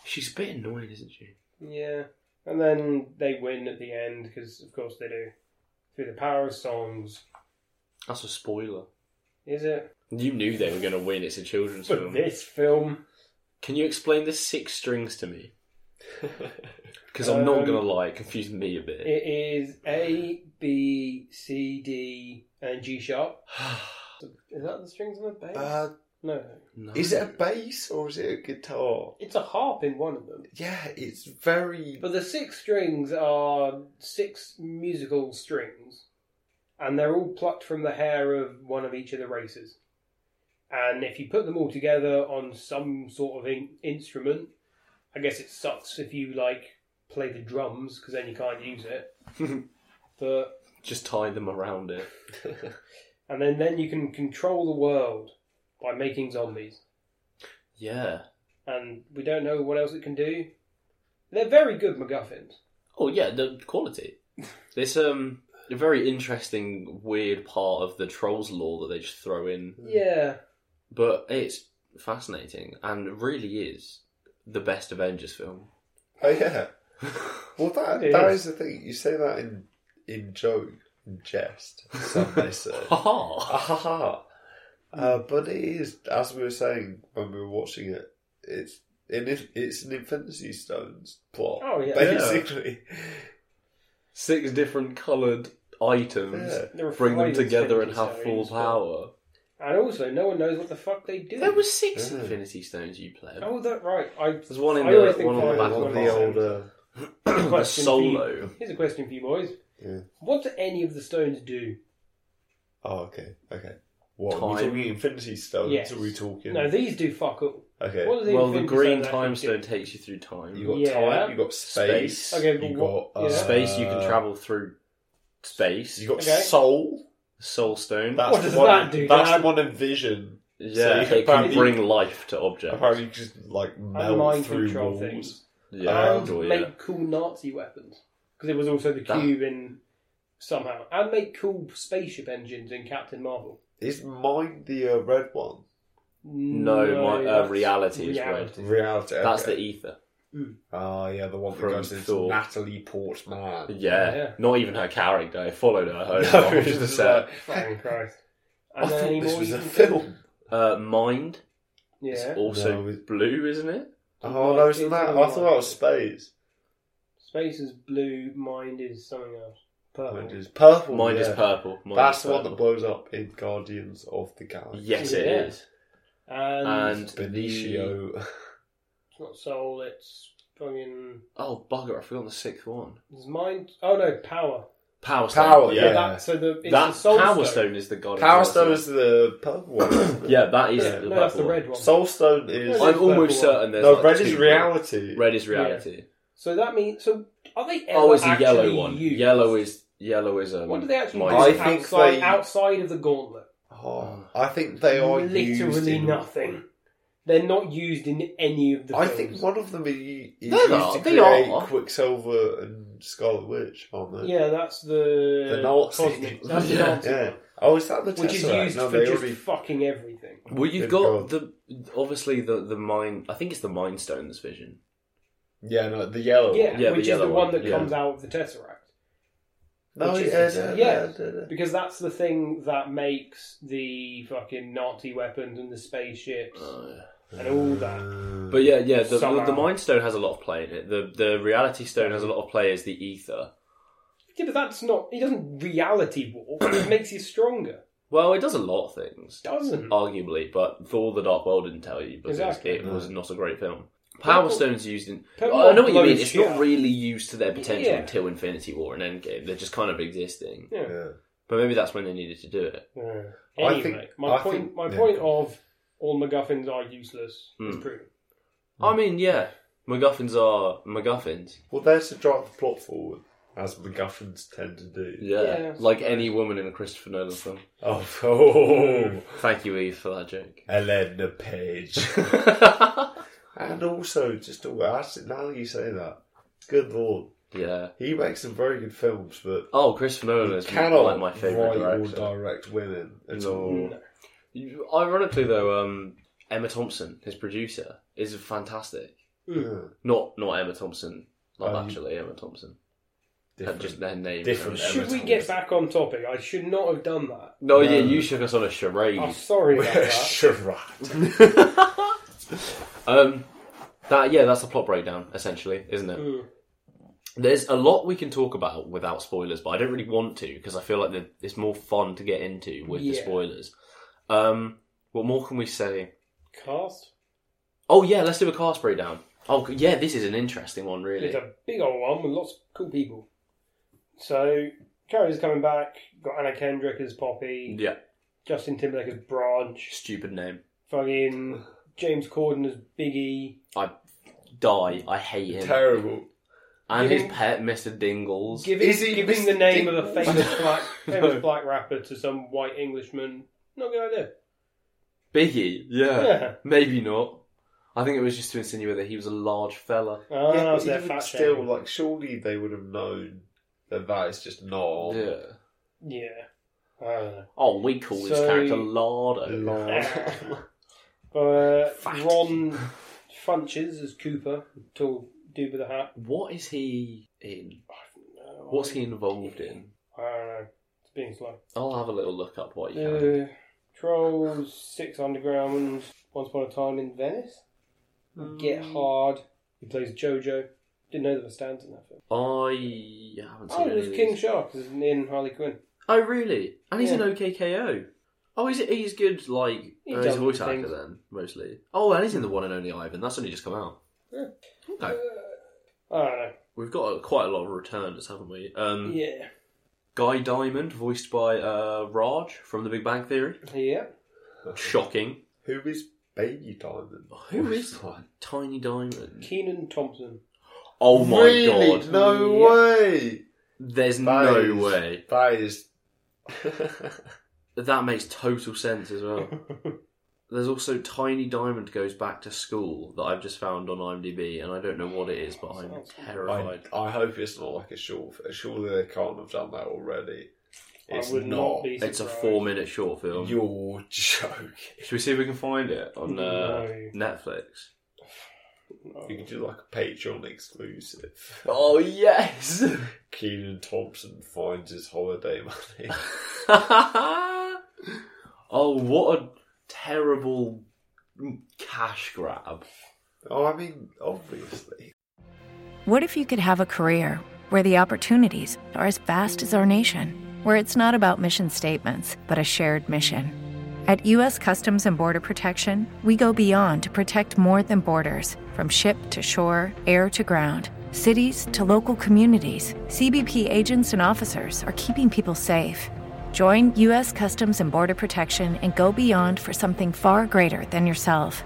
Speaker 3: She's a bit annoying, isn't she?
Speaker 2: Yeah. And then they win at the end, because of course they do. Through the power of songs.
Speaker 3: That's a spoiler.
Speaker 2: Is it?
Speaker 3: You knew they were going to win. It's a children's
Speaker 2: But
Speaker 3: film.
Speaker 2: this film.
Speaker 3: Can you explain the six strings to me? Because I'm not
Speaker 2: Um,
Speaker 3: going to lie, it confused me a bit.
Speaker 2: It is A, B, C, D, and G sharp. Is that the strings on the bass?
Speaker 1: Uh,
Speaker 2: no.
Speaker 3: No.
Speaker 1: is it a bass or is it a guitar?
Speaker 2: It's a harp in one of them.
Speaker 1: Yeah, it's very.
Speaker 2: But the six strings are six musical strings, and they're all plucked from the hair of one of each of the races. And if you put them all together on some sort of in- instrument, I guess it sucks if you like play the drums because then you can't use it. but
Speaker 3: Just tie them around it.
Speaker 2: and then then you can control the world by making zombies.
Speaker 3: Yeah.
Speaker 2: and we don't know what else it can do. They're very good MacGuffins.
Speaker 3: Oh yeah, the quality. It's um a very interesting, weird part of the trolls lore that they just throw in,
Speaker 1: Hmm.
Speaker 2: Yeah,
Speaker 3: but it's fascinating and really is the best Avengers film.
Speaker 1: Oh yeah. Well, that
Speaker 2: It
Speaker 1: that
Speaker 2: is.
Speaker 1: is the thing. You say that in in joke, in jest. Some may say.
Speaker 3: Haha.
Speaker 1: Ahaha.
Speaker 2: Hmm.
Speaker 1: Uh, but it is, as we were saying when we were watching it, it's in it's an Infinity Stones plot.
Speaker 2: Oh, yeah.
Speaker 1: basically.
Speaker 3: Six different coloured items.
Speaker 1: Yeah.
Speaker 2: They're
Speaker 3: Bring them
Speaker 2: fried
Speaker 3: together and
Speaker 2: Infinity
Speaker 3: have full
Speaker 2: Stones, but-
Speaker 3: power.
Speaker 2: and also no one knows what the fuck they do.
Speaker 3: There were six
Speaker 1: Yeah.
Speaker 3: Infinity Stones you played.
Speaker 2: oh, that right. I
Speaker 3: There's one in
Speaker 2: I
Speaker 3: the-
Speaker 2: always think
Speaker 3: one on the
Speaker 2: that
Speaker 3: back
Speaker 2: is
Speaker 3: of
Speaker 2: one
Speaker 3: the
Speaker 2: of
Speaker 3: old, uh,
Speaker 2: them.
Speaker 1: older.
Speaker 2: Here's a
Speaker 3: the
Speaker 2: question for you-
Speaker 3: solo.
Speaker 2: Here's a question for you boys:
Speaker 1: Yeah.
Speaker 2: What do any of the stones do?
Speaker 1: Oh, okay, okay. What are we
Speaker 3: Time.
Speaker 1: talking Infinity Stones?
Speaker 2: Yes.
Speaker 1: Are Oh, we talking?
Speaker 2: No, these do fuck all.
Speaker 1: okay.
Speaker 2: What do the
Speaker 3: Well, the
Speaker 2: Infinity
Speaker 3: green
Speaker 2: Stones actually
Speaker 3: time stone
Speaker 2: do?
Speaker 3: takes you through time.
Speaker 1: You got
Speaker 2: Yeah.
Speaker 1: time. You got space.
Speaker 3: Space.
Speaker 2: Okay, but
Speaker 1: you
Speaker 2: what-
Speaker 1: got
Speaker 2: yeah.
Speaker 3: Space, you can
Speaker 1: uh,
Speaker 3: travel through space.
Speaker 1: You got
Speaker 2: Okay.
Speaker 1: soul.
Speaker 3: soul stone.
Speaker 1: That's
Speaker 2: What does
Speaker 1: one,
Speaker 2: that do,
Speaker 1: That's
Speaker 2: Dan?
Speaker 1: one in vision.
Speaker 3: yeah,
Speaker 1: so you
Speaker 3: it can
Speaker 1: apparently-
Speaker 3: bring life to objects.
Speaker 1: Apparently, you just like melt
Speaker 2: And mind
Speaker 1: through
Speaker 2: control
Speaker 1: walls.
Speaker 2: things.
Speaker 3: yeah,
Speaker 2: and
Speaker 3: or,
Speaker 2: make
Speaker 3: yeah.
Speaker 2: cool Nazi weapons because it was also the
Speaker 3: That-
Speaker 2: cube in somehow, and make cool spaceship engines in Captain Marvel.
Speaker 1: Is mine the uh, red one?
Speaker 3: No, my, uh,
Speaker 2: that's
Speaker 3: reality is
Speaker 2: reality. Mm.
Speaker 1: Reality.
Speaker 3: That's
Speaker 1: okay.
Speaker 3: the ether.
Speaker 1: Oh yeah, the one that
Speaker 3: From
Speaker 1: goes into
Speaker 3: Thor.
Speaker 1: Natalie Portman.
Speaker 3: Yeah.
Speaker 2: Yeah.
Speaker 3: not even her character. It followed her home.
Speaker 1: No,
Speaker 3: it was
Speaker 1: it's
Speaker 3: the
Speaker 1: just
Speaker 3: set.
Speaker 2: Fucking Christ.
Speaker 1: I
Speaker 2: then
Speaker 1: thought
Speaker 2: any
Speaker 1: this
Speaker 2: more
Speaker 1: was
Speaker 2: you
Speaker 1: a
Speaker 2: can do?
Speaker 1: film.
Speaker 3: Uh, mind is
Speaker 2: Yeah.
Speaker 3: also
Speaker 1: No, it-
Speaker 3: blue, isn't it?
Speaker 1: Oh no, isn't
Speaker 2: It's
Speaker 1: that? I
Speaker 2: all
Speaker 1: thought that was space.
Speaker 2: Space is blue, mind is something else. Purple.
Speaker 1: Mind is purple.
Speaker 3: Mind is
Speaker 1: Oh, yeah.
Speaker 3: purple. Mind
Speaker 1: That's
Speaker 3: is
Speaker 1: the one that
Speaker 3: purple.
Speaker 1: blows up in Guardians of the Galaxy.
Speaker 3: Yes, it is.
Speaker 2: Yeah. And,
Speaker 3: And
Speaker 1: Benicio.
Speaker 2: it's not soul, it's fucking.
Speaker 3: Oh bugger! I forgot the sixth one.
Speaker 2: Is mind. Oh no, power.
Speaker 3: Power Stone.
Speaker 1: Power,
Speaker 2: Yeah.
Speaker 1: Yeah.
Speaker 2: that, so the, it's the
Speaker 3: Oh, That
Speaker 2: soul
Speaker 3: Power Stone.
Speaker 2: stone.
Speaker 3: is the god. of
Speaker 1: Power
Speaker 3: jealousy.
Speaker 1: Stone is the purple one. isn't it?
Speaker 3: Yeah, that is
Speaker 2: No,
Speaker 3: the
Speaker 2: no, that's
Speaker 3: purple
Speaker 2: the
Speaker 3: one.
Speaker 2: red one.
Speaker 1: Soul Stone is.
Speaker 2: No,
Speaker 3: I'm
Speaker 2: There's
Speaker 3: almost
Speaker 2: purple
Speaker 3: certain there's
Speaker 1: no,
Speaker 3: like
Speaker 1: red is
Speaker 3: two.
Speaker 1: reality.
Speaker 3: Red is reality.
Speaker 2: so that means. So are they ever
Speaker 3: Oh, it's the
Speaker 2: actually
Speaker 3: yellow one.
Speaker 2: used?
Speaker 3: Yellow is yellow is um,
Speaker 2: What do they actually
Speaker 3: my-
Speaker 2: do
Speaker 1: I think
Speaker 2: outside,
Speaker 1: they-
Speaker 2: outside of the gauntlet?
Speaker 1: Oh, I think they are used
Speaker 2: Literally
Speaker 1: in-
Speaker 2: nothing. They're not used in any of the.
Speaker 1: I
Speaker 2: films.
Speaker 1: think one of them is is
Speaker 3: They're
Speaker 1: used
Speaker 3: not,
Speaker 1: to
Speaker 3: they
Speaker 1: create
Speaker 3: are.
Speaker 1: Quicksilver and Scarlet Witch, aren't they?
Speaker 2: Yeah, that's the
Speaker 1: The Nazi.
Speaker 2: cosmic. That's the
Speaker 3: Yeah.
Speaker 2: Nazi
Speaker 1: Yeah.
Speaker 2: one,
Speaker 1: Oh, is that the
Speaker 2: which is
Speaker 1: Tesseract?
Speaker 2: used
Speaker 1: no,
Speaker 2: for
Speaker 1: they
Speaker 2: just
Speaker 1: already...
Speaker 2: fucking everything.
Speaker 3: Well, you've
Speaker 1: Good
Speaker 3: got the obviously the the mind. I think it's the mind stone. This vision.
Speaker 1: Yeah, no, Oh, the yellow.
Speaker 2: Yeah,
Speaker 3: Yeah, the
Speaker 2: which is the
Speaker 3: yellow
Speaker 2: one
Speaker 3: one,
Speaker 2: that
Speaker 3: yeah.
Speaker 2: comes out of the Tesseract.
Speaker 1: No,
Speaker 2: Which is-
Speaker 1: yeah, yeah,
Speaker 2: yeah.
Speaker 1: yeah, yeah, yeah.
Speaker 2: Because that's the thing that makes the fucking Nazi weapons and the spaceships
Speaker 1: Uh,
Speaker 2: and all that.
Speaker 3: But yeah, yeah. The, the,
Speaker 2: Uh, Somehow.
Speaker 3: the mind stone has a lot of play in it. The the reality stone has a lot of play as the ether.
Speaker 2: Yeah, but that's not. It doesn't reality warp. it makes you stronger.
Speaker 3: Well, it does a lot of things,
Speaker 2: Doesn't.
Speaker 3: arguably. But Thor: The Dark World didn't tell you because
Speaker 2: Exactly.
Speaker 3: it was not a great film.
Speaker 2: Purple-
Speaker 3: Power Stone's used in.
Speaker 2: Purple
Speaker 3: I know what you
Speaker 2: blows
Speaker 3: mean. It's
Speaker 2: shit
Speaker 3: not
Speaker 2: up.
Speaker 3: really used to their potential
Speaker 2: Yeah.
Speaker 3: until Infinity War and Endgame. They're just kind of existing.
Speaker 2: Yeah.
Speaker 1: Yeah.
Speaker 3: But maybe that's when they needed to do it.
Speaker 2: Anyway,
Speaker 1: I think-
Speaker 2: my
Speaker 1: I
Speaker 2: point.
Speaker 1: think-
Speaker 2: my
Speaker 1: yeah.
Speaker 2: point of all MacGuffins are useless is
Speaker 3: Hmm.
Speaker 2: proven.
Speaker 3: I mean, yeah, MacGuffins are MacGuffins.
Speaker 1: Well, there's to drive the plot forward, as MacGuffins tend to do.
Speaker 3: Yeah,
Speaker 2: Yeah.
Speaker 3: like any woman in a Christopher Nolan film.
Speaker 1: Oh, oh
Speaker 3: Thank you, Eve, for that joke.
Speaker 1: Elena Page.
Speaker 3: I
Speaker 1: and And also, just to actually, now that you say that, good lord,
Speaker 3: Yeah.
Speaker 1: he makes some very good films, but
Speaker 3: Oh, Christopher Nolan
Speaker 1: he
Speaker 3: is
Speaker 1: cannot
Speaker 3: like my favorite
Speaker 1: write
Speaker 3: director.
Speaker 1: or direct women at
Speaker 3: No.
Speaker 1: all.
Speaker 3: You- Ironically, though, um, Emma Thompson, his producer, is fantastic.
Speaker 1: Yeah.
Speaker 3: Not not Emma Thompson, not
Speaker 1: Um,
Speaker 3: actually Emma Thompson. That
Speaker 1: Different.
Speaker 3: just their name.
Speaker 1: different
Speaker 3: Emma
Speaker 2: Should we
Speaker 3: Thompson.
Speaker 2: get back on topic? I should not have done that.
Speaker 3: No, yeah,
Speaker 1: No. Oh.
Speaker 3: you shook us on a charade.
Speaker 2: I'm sorry about that.
Speaker 1: Charade.
Speaker 3: um, that yeah, that's a plot breakdown essentially, isn't it?
Speaker 2: Mm.
Speaker 3: There's a lot we can talk about without spoilers, but I don't really want to because I feel like the, it's more fun to get into with the
Speaker 2: Yeah.
Speaker 3: spoilers. Um, what more can we say?
Speaker 2: Cast.
Speaker 3: Oh yeah, let's do a cast breakdown. Oh yeah, this is an interesting one, really.
Speaker 2: It's a big old one with lots of cool people. So characters coming back. Got Anna Kendrick as Poppy.
Speaker 3: Yeah,
Speaker 2: Justin Timberlake as Branch.
Speaker 3: stupid name.
Speaker 2: Fucking James Corden as Biggie.
Speaker 3: I die. I hate him.
Speaker 1: Terrible.
Speaker 3: and his
Speaker 2: Giving-
Speaker 3: pet, Mister Dingles.
Speaker 2: Giving,
Speaker 1: Is he
Speaker 2: giving
Speaker 1: Mr.
Speaker 2: the name of a
Speaker 1: Dingles?
Speaker 2: famous black famous
Speaker 3: No.
Speaker 2: black rapper to some white Englishman. Not a good idea.
Speaker 3: Biggie.
Speaker 2: Yeah.
Speaker 3: Maybe not. I think it was just to insinuate that he was a large fella.
Speaker 1: yeah,
Speaker 2: Ah, so
Speaker 1: but
Speaker 2: they're
Speaker 1: even
Speaker 2: fat
Speaker 1: still,
Speaker 2: shaming.
Speaker 1: like, surely they would have known that that is just not.
Speaker 3: Yeah.
Speaker 2: Yeah. I don't know.
Speaker 3: Oh, we call this
Speaker 2: So-
Speaker 3: character Lardo.
Speaker 1: Lord.
Speaker 2: Uh,
Speaker 1: Fat.
Speaker 2: Ron Funches as Cooper, tall dude with a hat.
Speaker 3: What is he in?
Speaker 2: No,
Speaker 3: What's he involved in?
Speaker 2: I don't know. It's being slow.
Speaker 3: I'll have a little look up what you can.
Speaker 2: Uh, Trolls, Six Underground, Once Upon a Time in Venice. Get Hard. He plays Jojo. Didn't know there were stands in that film.
Speaker 3: I haven't
Speaker 2: Oh,
Speaker 3: seen
Speaker 2: it
Speaker 3: any
Speaker 2: Uh, was
Speaker 3: of
Speaker 2: King
Speaker 3: these.
Speaker 2: Shark is in Harley Quinn.
Speaker 3: Oh, really? And he's
Speaker 2: Yeah.
Speaker 3: an OKKO. Oh, is it? He's good. Like
Speaker 2: He
Speaker 3: uh, he's
Speaker 2: does
Speaker 3: a voice actor
Speaker 2: things.
Speaker 3: then, mostly. Oh, and he's in the one and only Ivan. That's only just come out.
Speaker 2: Yeah.
Speaker 3: Okay,
Speaker 2: Uh, I don't know.
Speaker 3: we've got a, quite a lot of returns, haven't we? Um,
Speaker 2: Yeah.
Speaker 3: Guy Diamond, voiced by uh, Raj from The Big Bang Theory.
Speaker 2: Yeah.
Speaker 3: Shocking.
Speaker 1: Who is Baby Diamond?
Speaker 3: Who is
Speaker 1: Fine.
Speaker 3: Tiny Diamond?
Speaker 2: Keenan Thompson.
Speaker 3: Oh my
Speaker 1: really?
Speaker 3: god.
Speaker 1: No
Speaker 2: Yeah.
Speaker 1: way.
Speaker 3: There's
Speaker 1: That
Speaker 3: no
Speaker 1: is-
Speaker 3: way.
Speaker 1: That is.
Speaker 3: That makes total sense as well. There's also Tiny Diamond goes back to school that I've just found on IMDb, and I don't know what it is, but I'm
Speaker 2: Sounds-
Speaker 1: I,
Speaker 3: terrified.
Speaker 1: I hope it's not like a short. fi- Surely they can't have done that already.
Speaker 2: I
Speaker 1: It's
Speaker 2: would not
Speaker 1: not.
Speaker 2: be
Speaker 3: It's a
Speaker 2: surprised.
Speaker 3: four minute short film.
Speaker 1: You're joking.
Speaker 3: Should we see if we can find it on uh,
Speaker 2: No.
Speaker 3: Netflix?
Speaker 2: No.
Speaker 1: You could do like a Patreon exclusive.
Speaker 3: Oh, yes!
Speaker 1: Keenan Thompson finds his holiday money.
Speaker 3: oh, what a terrible cash grab.
Speaker 1: oh, I mean, obviously.
Speaker 4: What if you could have a career where the opportunities are as vast as our nation, where it's not about mission statements, but a shared mission? At U.S. Customs and Border Protection, we go beyond to protect more than borders from ship to shore, air to ground, cities to local communities. CBP agents and officers are keeping people safe. Join U.S. Customs and Border Protection and go beyond for something far greater than yourself.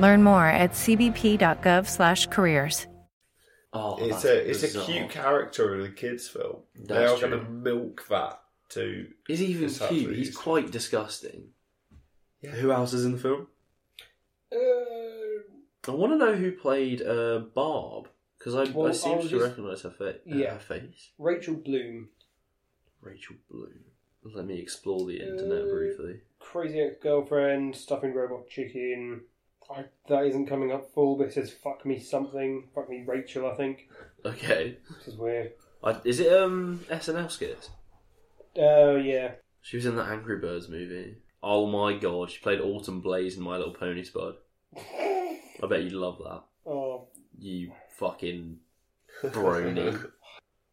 Speaker 4: Learn more at cbp.gov/careers.
Speaker 3: Oh,
Speaker 1: it's
Speaker 3: that's
Speaker 1: a it's
Speaker 3: bizarre.
Speaker 1: a cute character in a kids' film. they are
Speaker 3: That's
Speaker 1: going to
Speaker 3: true.
Speaker 1: milk that to.
Speaker 3: He's even
Speaker 1: It's
Speaker 3: cute.
Speaker 1: absolutely
Speaker 3: He's
Speaker 1: useful.
Speaker 3: quite disgusting.
Speaker 1: Yeah.
Speaker 3: Who else is in the film?
Speaker 2: Uh,
Speaker 3: I want to know who played uh, Barb because I,
Speaker 2: Well,
Speaker 3: I
Speaker 2: I
Speaker 3: seem
Speaker 2: was
Speaker 3: to
Speaker 2: just-
Speaker 3: recognise her, fa-
Speaker 2: Yeah.
Speaker 3: her face.
Speaker 2: Rachel Bloom,
Speaker 3: Rachel Bloom. Let me explore the internet
Speaker 2: Uh,
Speaker 3: briefly.
Speaker 2: Crazy Ex Girlfriend, Stuffing Robot Chicken. I, that isn't coming up full, but it says "fuck me something," "fuck me Rachel," I think,
Speaker 3: Okay,
Speaker 2: which is weird.
Speaker 3: I, is it um SNL skit?
Speaker 2: Oh yeah,
Speaker 3: She was in the Angry Birds movie. Oh my god, she played Autumn Blaze in My Little Pony Spud. I bet you'd love that.
Speaker 2: oh,
Speaker 3: You fucking brony.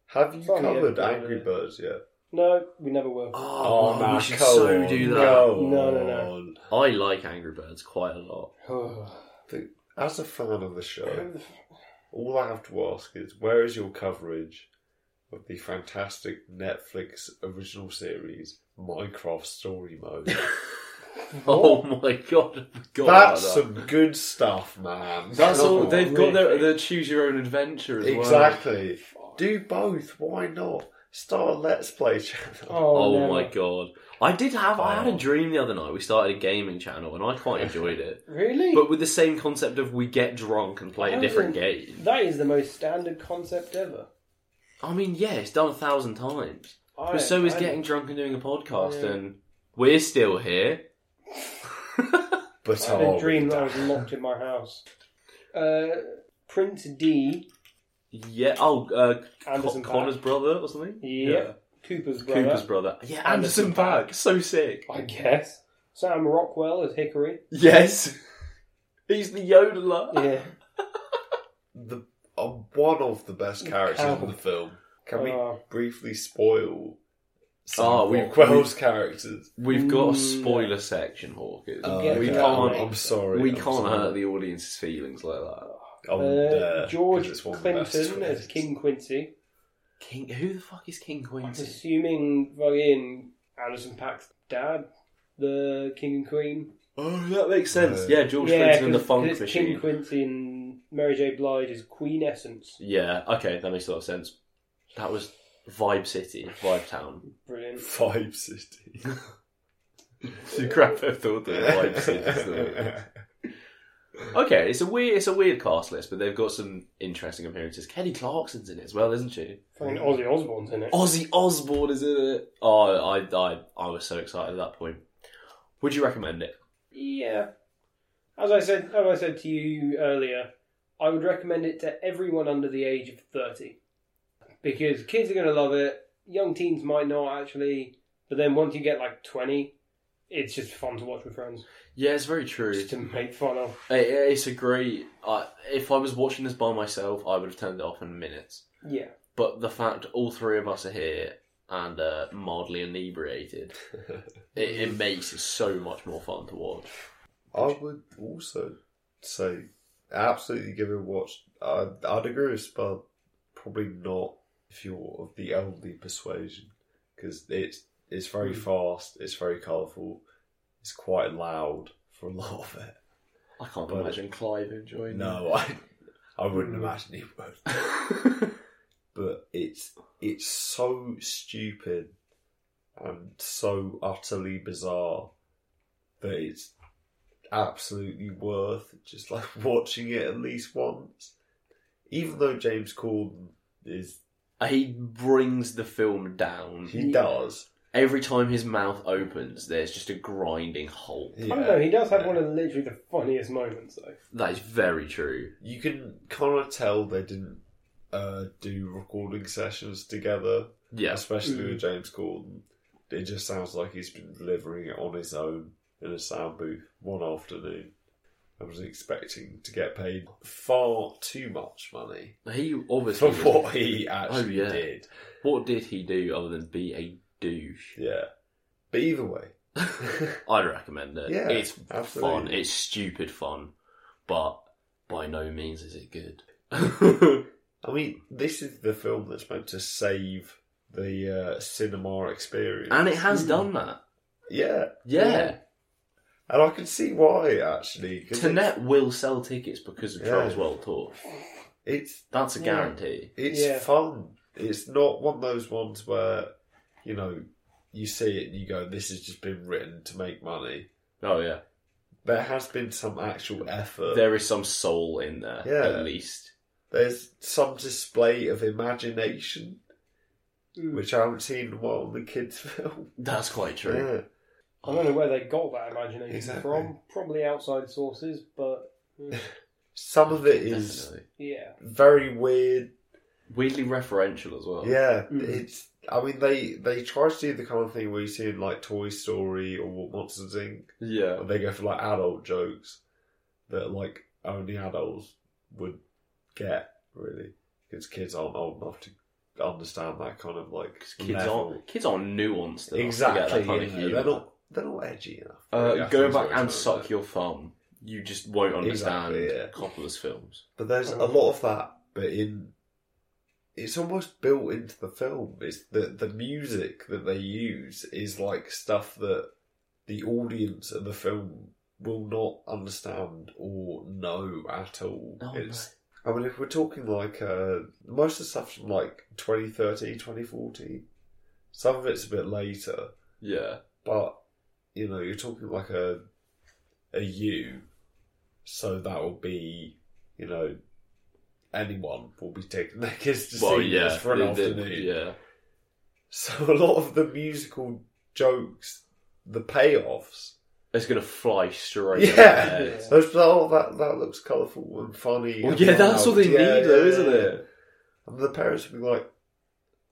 Speaker 1: Have you
Speaker 2: Funny,
Speaker 1: covered
Speaker 2: yeah.
Speaker 1: Angry Birds yet?
Speaker 2: no, we never will.
Speaker 3: Oh,
Speaker 1: nah,
Speaker 3: we should
Speaker 1: come
Speaker 3: so
Speaker 1: on,
Speaker 3: do that.
Speaker 1: go
Speaker 2: No, no, no.
Speaker 1: on.
Speaker 3: I like Angry Birds quite a lot. Oh,
Speaker 1: The- As a fan of the show, all I have to ask is where is your coverage of the fantastic Netflix original series Minecraft Story Mode?
Speaker 3: Oh my god, I forgot about
Speaker 1: That's
Speaker 3: that.
Speaker 1: some good stuff, man.
Speaker 3: That's
Speaker 1: Come
Speaker 3: all.
Speaker 1: on.
Speaker 3: They've got their, their choose your own adventure as well.
Speaker 1: Exactly. Do both. Why not? Start a Let's Play channel.
Speaker 3: Oh,
Speaker 2: no.
Speaker 3: my god! I did have. I had a dream the other night. We started a gaming channel, and I quite enjoyed it.
Speaker 2: Really?
Speaker 3: But with the same concept of we get drunk and
Speaker 2: Oh.
Speaker 3: play a different
Speaker 2: That is-
Speaker 3: game.
Speaker 2: That is the most standard concept ever.
Speaker 3: I mean, yeah, it's done a thousand times.
Speaker 2: I-
Speaker 3: But so is
Speaker 2: I-
Speaker 3: getting drunk and doing a podcast,
Speaker 2: Yeah.
Speaker 3: and we're still here.
Speaker 1: But
Speaker 2: I had
Speaker 1: oh,
Speaker 2: a dream that I
Speaker 1: that-
Speaker 2: was locked in my house. Uh, Prince D,
Speaker 3: Yeah. Oh, uh,
Speaker 2: Anderson
Speaker 3: Co- Connor's
Speaker 2: Paak.
Speaker 3: brother or something.
Speaker 2: yeah, Cooper's brother,
Speaker 3: Cooper's brother. Yeah,
Speaker 2: Anderson
Speaker 3: Anderson Paak. So sick.
Speaker 2: I guess. Sam Rockwell as Hickory,
Speaker 3: Yes. He's the yodeler.
Speaker 2: yeah.
Speaker 1: the uh, one of the best characters in the film. Can we
Speaker 2: Oh.
Speaker 1: briefly spoil some
Speaker 3: Oh,
Speaker 1: of
Speaker 3: we've-
Speaker 1: Rockwell's characters?
Speaker 3: We've got a
Speaker 2: Mm.
Speaker 3: spoiler section, Hawkins.
Speaker 1: Oh,
Speaker 2: get
Speaker 3: we
Speaker 2: to
Speaker 1: yeah,
Speaker 2: that
Speaker 3: can't.
Speaker 2: one.
Speaker 1: I'm sorry.
Speaker 3: we
Speaker 1: I'm
Speaker 3: can't
Speaker 1: sorry.
Speaker 3: hurt the audience's feelings like that.
Speaker 1: Oh,
Speaker 2: Uh,
Speaker 1: no,
Speaker 2: George
Speaker 1: 'cause it's one of the best
Speaker 2: Clinton as
Speaker 1: films.
Speaker 2: King Quincy.
Speaker 3: King, who the fuck is King
Speaker 2: I'm
Speaker 3: Quincy?
Speaker 2: assuming fucking Anderson Pack's dad, the King and Queen.
Speaker 3: Oh, that makes sense.
Speaker 1: Uh,
Speaker 3: yeah, George
Speaker 2: yeah,
Speaker 3: Clinton and the
Speaker 2: 'cause-
Speaker 3: Funk
Speaker 2: 'cause it's King
Speaker 3: Machine.
Speaker 2: Quincy and Mary J. Blige is Queen Essence.
Speaker 3: yeah, okay, that makes a lot of sense. That was Vibe City, Vibe Town.
Speaker 2: Brilliant.
Speaker 1: Five City.
Speaker 3: the crap I've thought of Vibe City. so- okay, it's a weird, it's a weird cast list, but they've got some interesting appearances. Kelly Clarkson's in it as well, isn't she?
Speaker 2: Fucking Ozzy Osbourne's in it.
Speaker 3: Ozzy Osbourne is in it. Oh, I, I, I was so excited at that point. Would you recommend it?
Speaker 2: Yeah. As I said, as I said to you earlier, I would recommend it to everyone under the age of thirty, because kids are going to love it. Young teens might not actually, but then once you get like twenty, it's just fun to watch with friends,
Speaker 3: Yeah, it's very true.
Speaker 2: just to make fun of.
Speaker 3: It- it's a great. I if I was watching this by myself, I would have turned it off in minutes.
Speaker 2: Yeah.
Speaker 3: But the fact all three of us are here and uh, mildly inebriated, it, it makes it so much more fun to watch.
Speaker 1: I would also say absolutely give it a watch. I, I'd agree with Spud. Probably not if you're of the elderly persuasion because it's it's very fast, it's very colourful, it's quite loud for a lot of it.
Speaker 3: I can't
Speaker 1: But-
Speaker 3: imagine Clive enjoying.
Speaker 1: No, I I wouldn't
Speaker 2: Mm.
Speaker 1: imagine it would.
Speaker 3: it.
Speaker 1: But it's it's so stupid and so utterly bizarre that it's absolutely worth just like watching it at least once. Even though James Corden is
Speaker 3: he brings the film down.
Speaker 1: he does.
Speaker 3: Every time his mouth opens, there's just a grinding hole.
Speaker 2: I don't know. He does have
Speaker 1: yeah.
Speaker 2: one of literally the funniest moments, though.
Speaker 3: That is very true.
Speaker 1: You can kind of tell they didn't uh, do recording sessions together,
Speaker 3: Yes.
Speaker 1: especially
Speaker 2: Mm.
Speaker 1: with James Corden. It just sounds like he's been delivering it on his own in a sound booth one afternoon. I was expecting to get paid far too much money
Speaker 3: He obviously.
Speaker 1: for what he actually
Speaker 3: Oh, yeah.
Speaker 1: did.
Speaker 3: What did he do other than be a douche?
Speaker 1: Yeah. But either way,
Speaker 3: I'd recommend it.
Speaker 1: Yeah,
Speaker 3: it's fun.
Speaker 1: absolutely.
Speaker 3: It's stupid fun, but by no means is it good.
Speaker 1: I mean, this is the film that's meant to save the uh, cinema experience.
Speaker 3: and it has done that.
Speaker 1: Hmm. yeah.
Speaker 3: Yeah,
Speaker 1: And I can see why, actually. 'cause
Speaker 3: Tenet will sell tickets because of
Speaker 1: Yeah.
Speaker 3: Charles World Tour.
Speaker 1: It's
Speaker 3: That's a
Speaker 2: Yeah.
Speaker 3: guarantee.
Speaker 1: it's
Speaker 2: Yeah.
Speaker 1: fun. It's not one of those ones where you know you see it and you go, "This has just been written to make money."
Speaker 3: Oh yeah,
Speaker 1: There has been some actual effort.
Speaker 3: there is some soul in there
Speaker 1: Yeah.
Speaker 3: at least.
Speaker 1: There's some display of imagination,
Speaker 2: Mm.
Speaker 1: which I haven't seen in a while in the kids' film.
Speaker 3: That's quite true.
Speaker 2: I don't know where they got that imagination
Speaker 1: Exactly.
Speaker 2: from. Probably outside sources, but
Speaker 1: Some of it is
Speaker 3: Definitely.
Speaker 2: yeah.
Speaker 1: very weird.
Speaker 3: weirdly referential as well.
Speaker 1: Yeah,
Speaker 2: Mm.
Speaker 1: it's. I mean, they they try to do the kind of thing where you see in like Toy Story or Monsters Inc.
Speaker 3: yeah.
Speaker 1: And they go for like adult jokes that like only adults would get really because kids aren't old enough to understand that kind of like
Speaker 3: 'Cause Kids
Speaker 1: level.
Speaker 3: are kids are nuanced. enough to get
Speaker 1: exactly
Speaker 3: that kind of
Speaker 1: you know,
Speaker 3: humour.
Speaker 1: they're not they're not edgy enough
Speaker 3: Uh,
Speaker 1: really, I think
Speaker 3: go
Speaker 1: is
Speaker 3: back
Speaker 1: what
Speaker 3: and
Speaker 1: it's
Speaker 3: suck
Speaker 1: about.
Speaker 3: your thumb. You just won't understand
Speaker 1: Exactly, yeah.
Speaker 3: Coppola's films.
Speaker 1: but there's a lot of that but in it's almost built into the film it's the the music that they use is like stuff that the audience of the film will not understand or know at all
Speaker 3: Oh,
Speaker 1: it's I mean, if we're talking like uh, most of the stuff's from like 2013, 2014. Some of it's a bit later,
Speaker 3: Yeah.
Speaker 1: but you know, you're talking like a a U, so that will be you know anyone will be taking their kids to
Speaker 3: Well,
Speaker 1: see
Speaker 3: yeah.
Speaker 1: this for an
Speaker 3: the- the-
Speaker 1: afternoon.
Speaker 3: yeah.
Speaker 1: So a lot of the musical jokes, the payoffs,
Speaker 3: It's gonna fly straight.
Speaker 1: yeah,
Speaker 3: Yeah.
Speaker 2: Yeah.
Speaker 1: those oh that that looks colourful and funny.
Speaker 3: Well,
Speaker 1: and
Speaker 3: yeah, that's
Speaker 1: loud.
Speaker 3: what they need,
Speaker 1: Yeah,
Speaker 3: though,
Speaker 1: yeah,
Speaker 3: isn't
Speaker 1: yeah.
Speaker 3: it?
Speaker 1: And the parents would be like,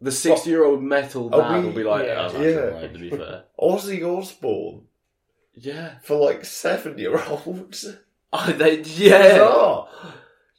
Speaker 3: The sixty-year-old metal
Speaker 1: Are
Speaker 3: dad
Speaker 1: we-
Speaker 3: will be like,
Speaker 2: yeah.
Speaker 3: "Oh, that's
Speaker 1: Yeah.
Speaker 3: alright, to be fair,
Speaker 1: Ozzy Osbourne
Speaker 3: yeah,
Speaker 1: for like seven year olds.
Speaker 3: oh, they, yeah."
Speaker 1: Bizarre.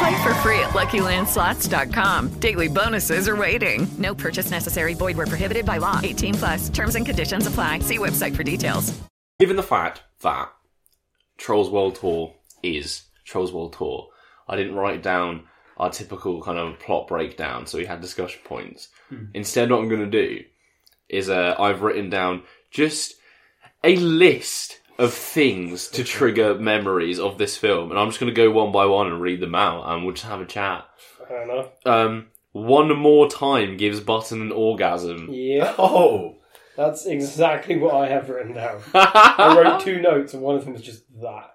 Speaker 5: Play for free at LuckyLandSlots.com. Daily bonuses are waiting. No purchase necessary. Void were prohibited by law. 18 plus. Terms and conditions apply. See website for details.
Speaker 3: Given the fact that Trolls World Tour is Trolls World Tour, I didn't write down our typical kind of plot breakdown, so we had discussion points. Instead, what I'm going to do is uh, I've written down just a list of things to trigger memories of this film, and I'm just going to go one by one and read them out, and we'll just have a chat.
Speaker 2: Fair enough.
Speaker 3: Um, one more time gives Button an orgasm.
Speaker 2: Yeah,
Speaker 1: Oh,
Speaker 2: that's exactly what I have written down. I wrote two notes, and one of them was just that.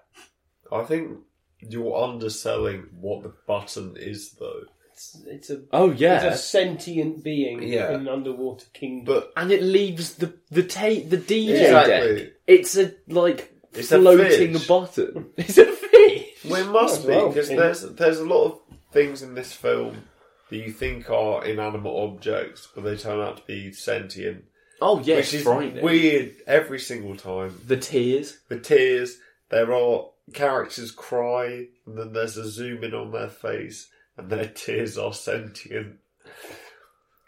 Speaker 1: I think you're underselling what the button is, though.
Speaker 2: It's, it's a
Speaker 3: Oh yeah,
Speaker 2: it's a sentient being
Speaker 1: Yeah.
Speaker 2: in an underwater kingdom.
Speaker 1: But
Speaker 3: and it leaves the the tape the DJ
Speaker 1: Exactly.
Speaker 3: deck. It's a like
Speaker 1: It's a
Speaker 3: floating
Speaker 1: fish.
Speaker 3: button. It's a fish.
Speaker 1: well, it must
Speaker 2: As
Speaker 1: be
Speaker 2: well,
Speaker 1: because
Speaker 2: yeah.
Speaker 1: there's there's a lot of things in this film that you think are inanimate objects, but they turn out to be sentient,
Speaker 3: Oh yeah,
Speaker 1: which
Speaker 3: it's
Speaker 1: is
Speaker 3: frightening.
Speaker 1: weird every single time.
Speaker 3: The tears.
Speaker 1: The tears, there are characters cry, and then there's a zoom in on their face, and their tears are sentient.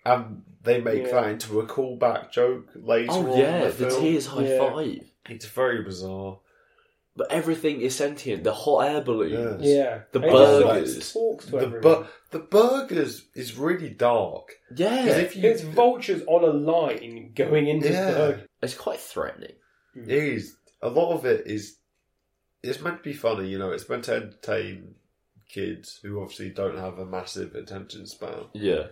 Speaker 1: And they make
Speaker 2: Yeah.
Speaker 1: that into a callback joke later on.
Speaker 3: Oh
Speaker 1: in
Speaker 3: yeah,
Speaker 1: the,
Speaker 3: the
Speaker 1: film.
Speaker 3: tears high
Speaker 2: Yeah.
Speaker 3: five.
Speaker 1: It's very bizarre.
Speaker 3: But everything is sentient. The hot air balloons.
Speaker 1: Yes.
Speaker 2: yeah,
Speaker 3: The
Speaker 2: And it just
Speaker 3: burgers.
Speaker 2: like talks to
Speaker 1: The
Speaker 2: everyone.
Speaker 1: bu- the burgers is really dark.
Speaker 3: Yeah,
Speaker 1: 'Cause if you,
Speaker 2: It's vultures on a line going into
Speaker 1: Yeah.
Speaker 2: the burger.
Speaker 3: it's quite threatening.
Speaker 1: it is a lot of it is it's meant to be funny. You know, it's meant to entertain kids who obviously don't have a massive attention span.
Speaker 3: Yeah,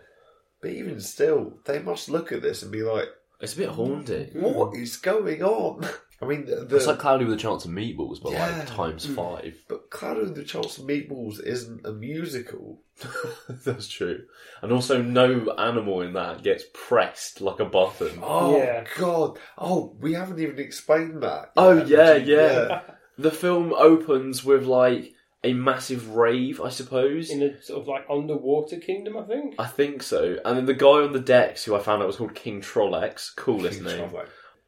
Speaker 1: But even still, they must look at this and be like,
Speaker 3: it's a bit
Speaker 2: Hmm.
Speaker 3: haunting.
Speaker 1: "What is going on?" I mean, the, the
Speaker 3: It's like Cloudy with a Chance of Meatballs, but
Speaker 1: Yeah. Mm.
Speaker 3: like times five.
Speaker 1: but Cloud and the Chance of Meatballs isn't a musical.
Speaker 3: That's true. And also, no animal in that gets pressed like a button.
Speaker 1: Oh
Speaker 2: Yeah.
Speaker 1: God! Oh, we haven't even explained that.
Speaker 3: Oh,
Speaker 1: yet.
Speaker 3: yeah, yeah. The film opens with like a massive rave, I suppose.
Speaker 2: in a sort of like underwater kingdom, I think.
Speaker 3: I think so. And then the guy on the decks, who I found out was called King Trollex, coolest name.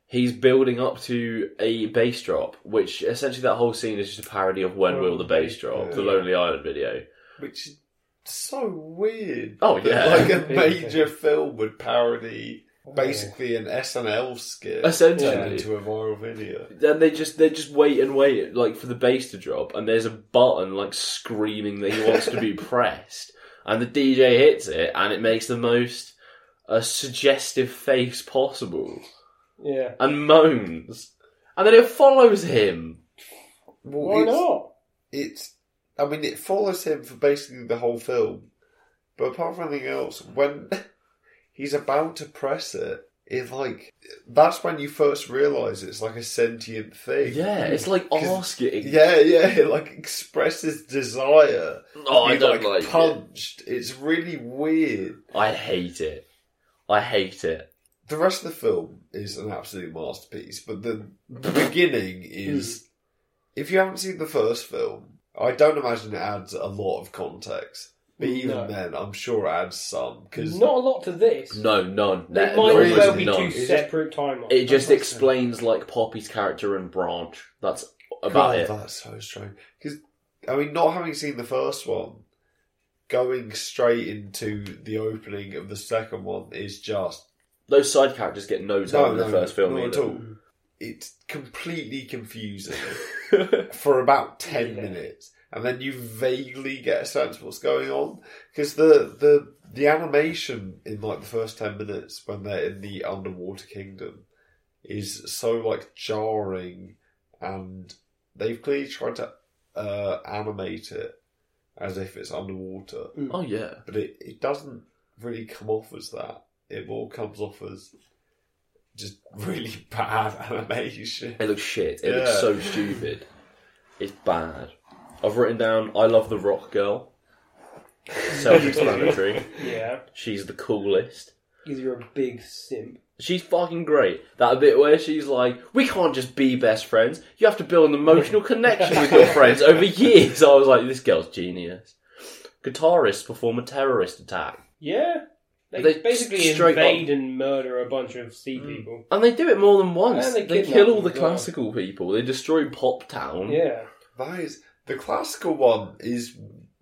Speaker 3: He's building up to a bass drop, which essentially that whole scene is just a parody of When
Speaker 2: When
Speaker 3: Will the
Speaker 2: Will
Speaker 3: Bass
Speaker 2: the-
Speaker 3: Drop,
Speaker 1: Oh, yeah.
Speaker 3: the Lonely Island video.
Speaker 1: which is so weird.
Speaker 3: Oh,
Speaker 1: that,
Speaker 3: yeah.
Speaker 1: like a
Speaker 2: Big
Speaker 1: major
Speaker 2: thing.
Speaker 1: film would parody basically an SNL skit
Speaker 3: Essentially.
Speaker 1: turned into a viral video.
Speaker 3: Then they just they just wait and wait like for the bass to drop, and there's a button like screaming that he wants to be pressed, and the DJ hits it, and it makes the most uh, suggestive face possible.
Speaker 2: Yeah.
Speaker 3: and moans, and then it follows him.
Speaker 1: Well,
Speaker 2: Why
Speaker 1: it's,
Speaker 2: not?
Speaker 1: It's, I mean, it follows him for basically the whole film, but apart from anything else, when he's about to press it, it like that's when you first realise it's like a sentient thing.
Speaker 3: Yeah, it's like
Speaker 1: 'Cause-
Speaker 3: asking.
Speaker 1: Yeah, yeah, it like expresses desire.
Speaker 3: Oh, I
Speaker 1: He,
Speaker 3: don't like it.
Speaker 1: punched. It's really weird.
Speaker 3: I hate it. I hate it.
Speaker 1: the rest of the film is an absolute masterpiece, but the, the beginning is.
Speaker 2: Hmm.
Speaker 1: If you haven't seen the first film, I don't imagine it adds a lot of context. But even
Speaker 2: Hmm, No.
Speaker 1: then, I'm sure it adds some because
Speaker 2: Not a lot to this.
Speaker 3: No, none.
Speaker 2: They
Speaker 3: There-
Speaker 2: might
Speaker 3: there
Speaker 2: as well
Speaker 3: is
Speaker 2: be
Speaker 3: none.
Speaker 2: two separate timelines.
Speaker 3: It just explains like Poppy's character and Branch. That's about it.
Speaker 1: that's so strange. Because I mean, not having seen the first one, going straight into the opening of the second one is just
Speaker 3: Those side characters get no time in the first film
Speaker 1: not at
Speaker 3: either.
Speaker 1: all. It's completely confusing for about ten minutes, and then you vaguely get a sense of what's going on because the the the animation in like the first ten minutes when they're in the underwater kingdom is so like jarring, and they've clearly tried to uh, animate it as if it's underwater,
Speaker 3: Oh yeah.
Speaker 1: but it, it doesn't really come off as that. It more comes off as just really bad animation.
Speaker 3: It looks shit. It
Speaker 1: Yeah.
Speaker 3: looks so stupid. It's bad. I've written down I love the rock girl. Self explanatory.
Speaker 2: Yeah,
Speaker 3: She's the coolest.
Speaker 2: because you're a big simp.
Speaker 3: She's fucking great. That bit where she's like, we can't just be best friends. You have to build an emotional connection with your friends over years. I was like, this girl's genius. Guitarists perform a terrorist attack.
Speaker 2: Yeah, they,
Speaker 3: They
Speaker 2: basically
Speaker 3: straight
Speaker 2: invade and murder a bunch of sea people.
Speaker 3: And they do it more than once.
Speaker 2: And they
Speaker 3: They,
Speaker 2: kidnap
Speaker 3: kill all
Speaker 2: them
Speaker 3: the
Speaker 2: as well.
Speaker 3: classical people. They destroy Pop
Speaker 1: Mm.
Speaker 3: Town.
Speaker 2: Yeah,
Speaker 1: That is the classical one is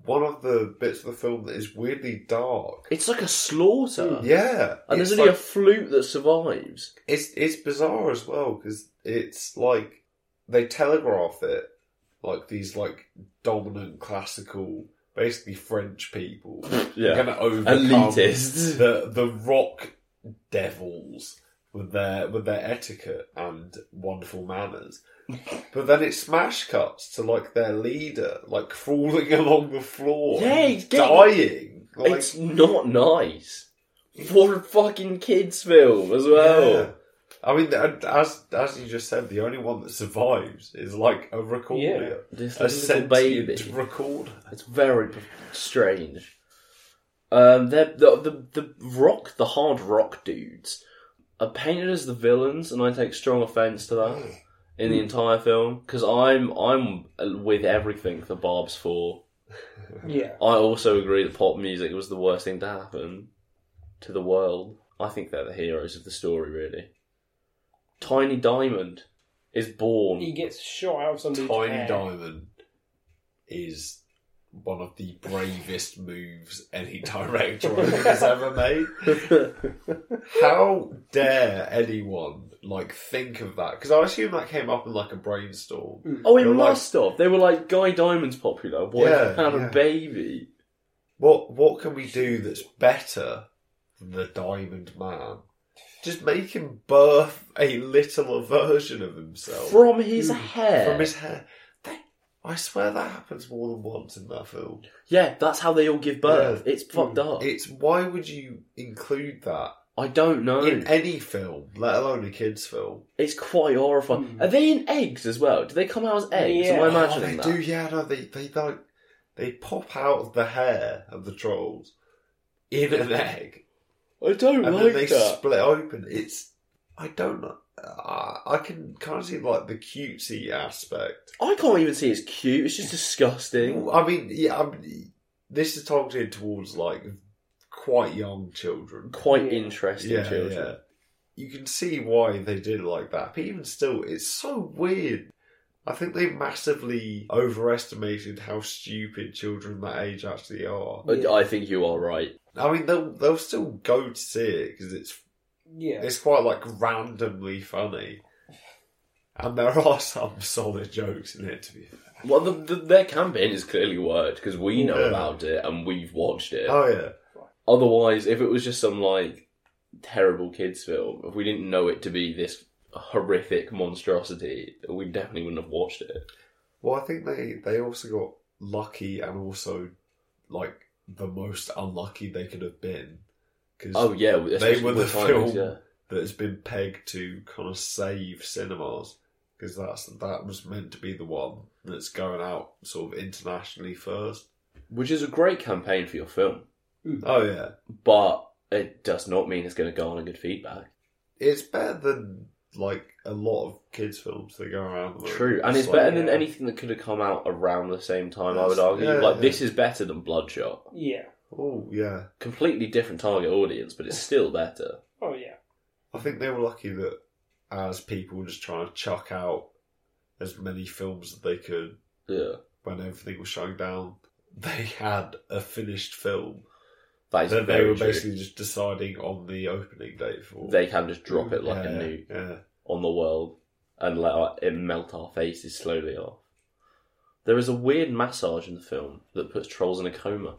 Speaker 1: one of the bits of the film that is weirdly dark.
Speaker 3: It's like a slaughter.
Speaker 1: Yeah,
Speaker 3: And
Speaker 1: Hmm. it's
Speaker 3: there's only
Speaker 1: like-
Speaker 3: a flute that survives.
Speaker 1: it's it's bizarre as well because it's like they telegraph it like these like dominant classical, basically French people.
Speaker 3: Yeah.
Speaker 1: They're gonna overcome
Speaker 3: Elitists.
Speaker 1: the the rock devils with their with their etiquette and wonderful manners. But then it smash cuts to like their leader, like crawling along the floor,
Speaker 3: Yeah,
Speaker 1: and
Speaker 3: he's getting-
Speaker 1: dying. Like,
Speaker 3: it's not nice for a fucking kids film as well.
Speaker 1: yeah. I mean, th- as as you just said, the only one that survives is like a recorder,
Speaker 3: This
Speaker 1: a
Speaker 3: little
Speaker 1: sentient
Speaker 3: baby.
Speaker 1: recorder.
Speaker 3: It's very p- strange. Um, they're- the the the rock, the hard rock dudes, are painted as the villains, and I take strong offence to that
Speaker 1: Hmm.
Speaker 3: in the entire film because I'm I'm uh, with everything the Barb's for.
Speaker 2: yeah.
Speaker 3: I also agree that pop music was the worst thing to happen to the world. I think they're the heroes of the story, really. Tiny Diamond is
Speaker 2: He
Speaker 3: born.
Speaker 2: gets shot out of somebody's
Speaker 1: Tiny
Speaker 2: hand.
Speaker 1: Diamond is one of the bravest moves any director I think has ever made. How dare anyone like think of that? Because I assume that came up in like a brainstorm.
Speaker 3: Oh, it
Speaker 1: They're like-
Speaker 3: must have. They were like, Guy Diamond's popular. What
Speaker 1: Yeah,
Speaker 3: if he had
Speaker 1: yeah.
Speaker 3: a baby?
Speaker 1: What what can we do that's better than the Diamond Man? Just make him birth a littler version of himself
Speaker 3: From his hair.
Speaker 1: from his hair. They- I swear that happens more than once in that film.
Speaker 3: Yeah, that's how they all give birth.
Speaker 1: Yeah.
Speaker 3: It's fucked up.
Speaker 1: It's why would you include that
Speaker 3: I don't know.
Speaker 1: in any film, let alone a kids' film?
Speaker 3: it's quite horrifying. Are they in eggs as well? Do they come out as eggs?
Speaker 2: Yeah.
Speaker 3: Am I imagining
Speaker 1: Oh, they
Speaker 3: that?
Speaker 1: do, yeah. No, they they like they pop out of the hair of the trolls in an egg,
Speaker 3: I don't
Speaker 1: and
Speaker 3: like
Speaker 1: then they
Speaker 3: that.
Speaker 1: split open. It's I don't know. Uh, I, I can kind of see like the cutesy aspect.
Speaker 3: I can't even see it's cute. It's just disgusting.
Speaker 1: I mean, yeah. I mean, this is targeted towards like quite young children.
Speaker 3: Quite
Speaker 2: Yeah.
Speaker 3: interesting children.
Speaker 1: You can see why they did it like that, but even still, it's so weird. I think they massively overestimated how stupid children that age actually are.
Speaker 3: But I think you are right.
Speaker 1: I mean, they'll they'll still go to see it because it's
Speaker 2: Yeah,
Speaker 1: it's quite like randomly funny, and there are some solid jokes in it. To be fair.
Speaker 3: Well, the, the, their campaign has clearly worked because we know
Speaker 1: Yeah.
Speaker 3: about it and we've watched it.
Speaker 1: Oh yeah,
Speaker 3: Otherwise, if it was just some like terrible kids film, if we didn't know it to be this horrific monstrosity, we definitely wouldn't have watched it.
Speaker 1: well, I think they they also got lucky and also like the most unlucky they could have been. 'cause
Speaker 3: Oh yeah,
Speaker 1: they
Speaker 3: especially
Speaker 1: were the
Speaker 3: with timings,
Speaker 1: film
Speaker 3: yeah.
Speaker 1: that has been pegged to kind of save cinemas because that's that was meant to be the one that's going out sort of internationally first.
Speaker 3: which is a great campaign for your film, Hmm.
Speaker 1: Oh yeah,
Speaker 3: but it does not mean it's going to garner good feedback.
Speaker 1: it's better than like a lot of kids' films that go around. the moment.
Speaker 3: True, and it's
Speaker 1: like-
Speaker 3: better than anything that could have come out around the same time. I would
Speaker 1: That's-
Speaker 3: argue,
Speaker 1: yeah,
Speaker 3: like
Speaker 1: yeah.
Speaker 3: this is better than Bloodshot.
Speaker 2: yeah.
Speaker 1: Oh yeah,
Speaker 3: Completely different target audience, but it's still better.
Speaker 2: Oh yeah.
Speaker 1: I think they were lucky that as people were just trying to chuck out as many films as they could
Speaker 3: Yeah.
Speaker 1: when everything was shutting down. They had a finished film
Speaker 3: That is
Speaker 1: That they
Speaker 3: very
Speaker 1: were
Speaker 3: true.
Speaker 1: basically just deciding on the opening date for.
Speaker 3: They can just drop it like
Speaker 1: Yeah,
Speaker 3: a nuke
Speaker 1: Yeah.
Speaker 3: on the world and let our, it melt our faces slowly off. There is a weird massage in the film that puts trolls in a coma.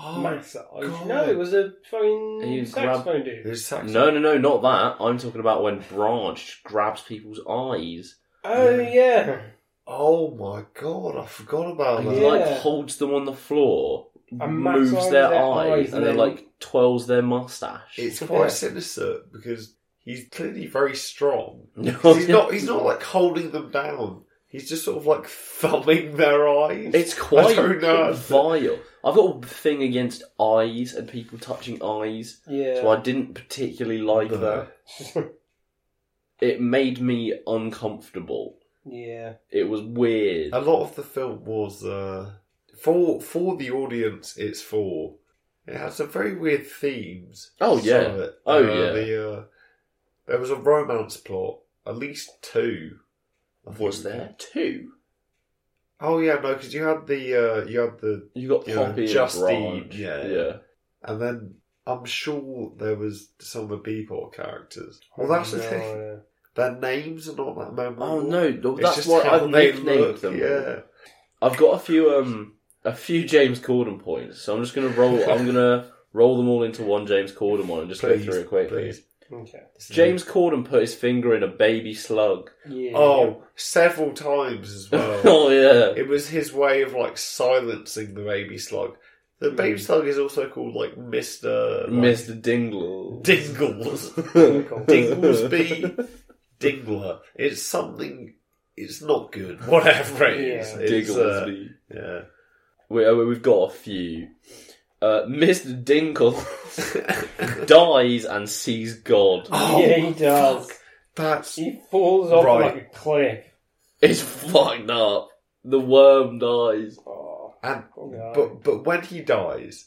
Speaker 1: Oh,
Speaker 2: massage.
Speaker 1: God.
Speaker 2: No, it was a
Speaker 3: He
Speaker 2: fucking
Speaker 3: was
Speaker 2: saxophone
Speaker 1: It
Speaker 2: dude.
Speaker 1: was saxophone.
Speaker 3: No, no, no, not that. I'm talking about when Branch grabs people's eyes
Speaker 2: Oh yeah.
Speaker 1: Oh my god, I forgot about
Speaker 3: and
Speaker 1: that.
Speaker 2: Oh, Yeah.
Speaker 3: like holds them on the floor,
Speaker 2: And
Speaker 3: moves
Speaker 2: massages
Speaker 3: their,
Speaker 2: their
Speaker 3: eyes,
Speaker 2: eyes
Speaker 3: and then
Speaker 2: and then-
Speaker 3: like twirls their mustache.
Speaker 1: It's quite
Speaker 2: Yeah.
Speaker 1: sinister because he's clearly very strong.
Speaker 3: No.
Speaker 1: 'Cause He's not. He's not like holding them down. He's just sort of like thumbing their eyes.
Speaker 3: It's quite
Speaker 1: I don't know.
Speaker 3: vile. I've got a thing against eyes and people touching eyes,
Speaker 2: Yeah.
Speaker 3: so I didn't particularly like
Speaker 1: No.
Speaker 3: that.
Speaker 1: uh,
Speaker 3: It made me uncomfortable.
Speaker 2: yeah.
Speaker 3: It was weird.
Speaker 1: A lot of the film was uh, for for the audience. It's for. It had some very weird themes.
Speaker 3: Oh,
Speaker 1: some
Speaker 3: yeah.
Speaker 1: of it.
Speaker 3: Oh,
Speaker 1: Uh,
Speaker 3: yeah.
Speaker 1: The, uh, there was a romance plot. At least two. I
Speaker 3: Was
Speaker 1: think.
Speaker 3: there two?
Speaker 1: Oh yeah, no, because you had the uh, you had the
Speaker 3: You got
Speaker 1: Yeah,
Speaker 3: Poppy
Speaker 1: Justine,
Speaker 3: and Branch.
Speaker 1: yeah.
Speaker 3: yeah.
Speaker 1: And then I'm sure there was some of the B-Port characters. Well, that's the
Speaker 2: Oh, No,
Speaker 1: thing.
Speaker 2: yeah.
Speaker 1: Their names are not that memorable.
Speaker 3: Oh no, th-
Speaker 1: It's
Speaker 3: that's
Speaker 1: just
Speaker 3: why
Speaker 1: how
Speaker 3: I've
Speaker 1: they
Speaker 3: nicknamed
Speaker 1: look,
Speaker 3: them.
Speaker 1: Yeah.
Speaker 3: I've got a few um a few James Corden points, so I'm just gonna roll. I'm gonna roll them all into one James Corden one and just
Speaker 1: Please,
Speaker 3: go through it quickly.
Speaker 1: please.
Speaker 2: Okay.
Speaker 3: James Corden put his finger in a baby slug.
Speaker 2: Yeah.
Speaker 1: Oh, several times as well.
Speaker 3: oh yeah,
Speaker 1: it was his way of like silencing the baby slug.
Speaker 3: Hmm.
Speaker 1: The baby slug is also called like Mister
Speaker 3: Mr. Dingle.
Speaker 1: Dingles.
Speaker 2: Cool.
Speaker 1: Dinglesby. Dingler. It's something. It's not good. Whatever it is.
Speaker 2: Yeah.
Speaker 1: It's, uh,
Speaker 3: Dinglesby.
Speaker 1: yeah.
Speaker 3: We, uh, we've got a few. Uh, Mr. Dingle dies and sees God.
Speaker 1: Oh,
Speaker 2: yeah, he does.
Speaker 1: That's
Speaker 2: He falls off
Speaker 1: Right.
Speaker 2: like a cliff.
Speaker 3: It's fucked up. The worm dies.
Speaker 2: Oh,
Speaker 1: and
Speaker 2: God.
Speaker 1: but but when he dies,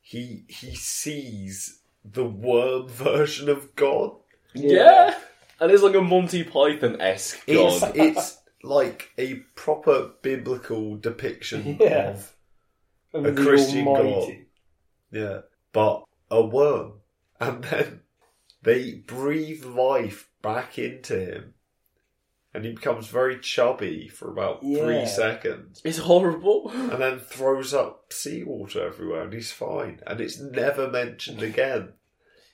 Speaker 1: he he sees the worm version of God.
Speaker 3: Yeah. And it's like a Monty Python esque God.
Speaker 1: It's it's like a proper biblical depiction
Speaker 2: Yeah.
Speaker 1: of
Speaker 2: Of
Speaker 1: A
Speaker 2: the
Speaker 1: Christian
Speaker 2: Almighty.
Speaker 1: yeah, but a worm, and then they breathe life back into him, and he becomes very chubby for about
Speaker 2: Yeah.
Speaker 1: three seconds.
Speaker 3: It's horrible.
Speaker 1: and then throws up seawater everywhere and he's fine and it's never mentioned again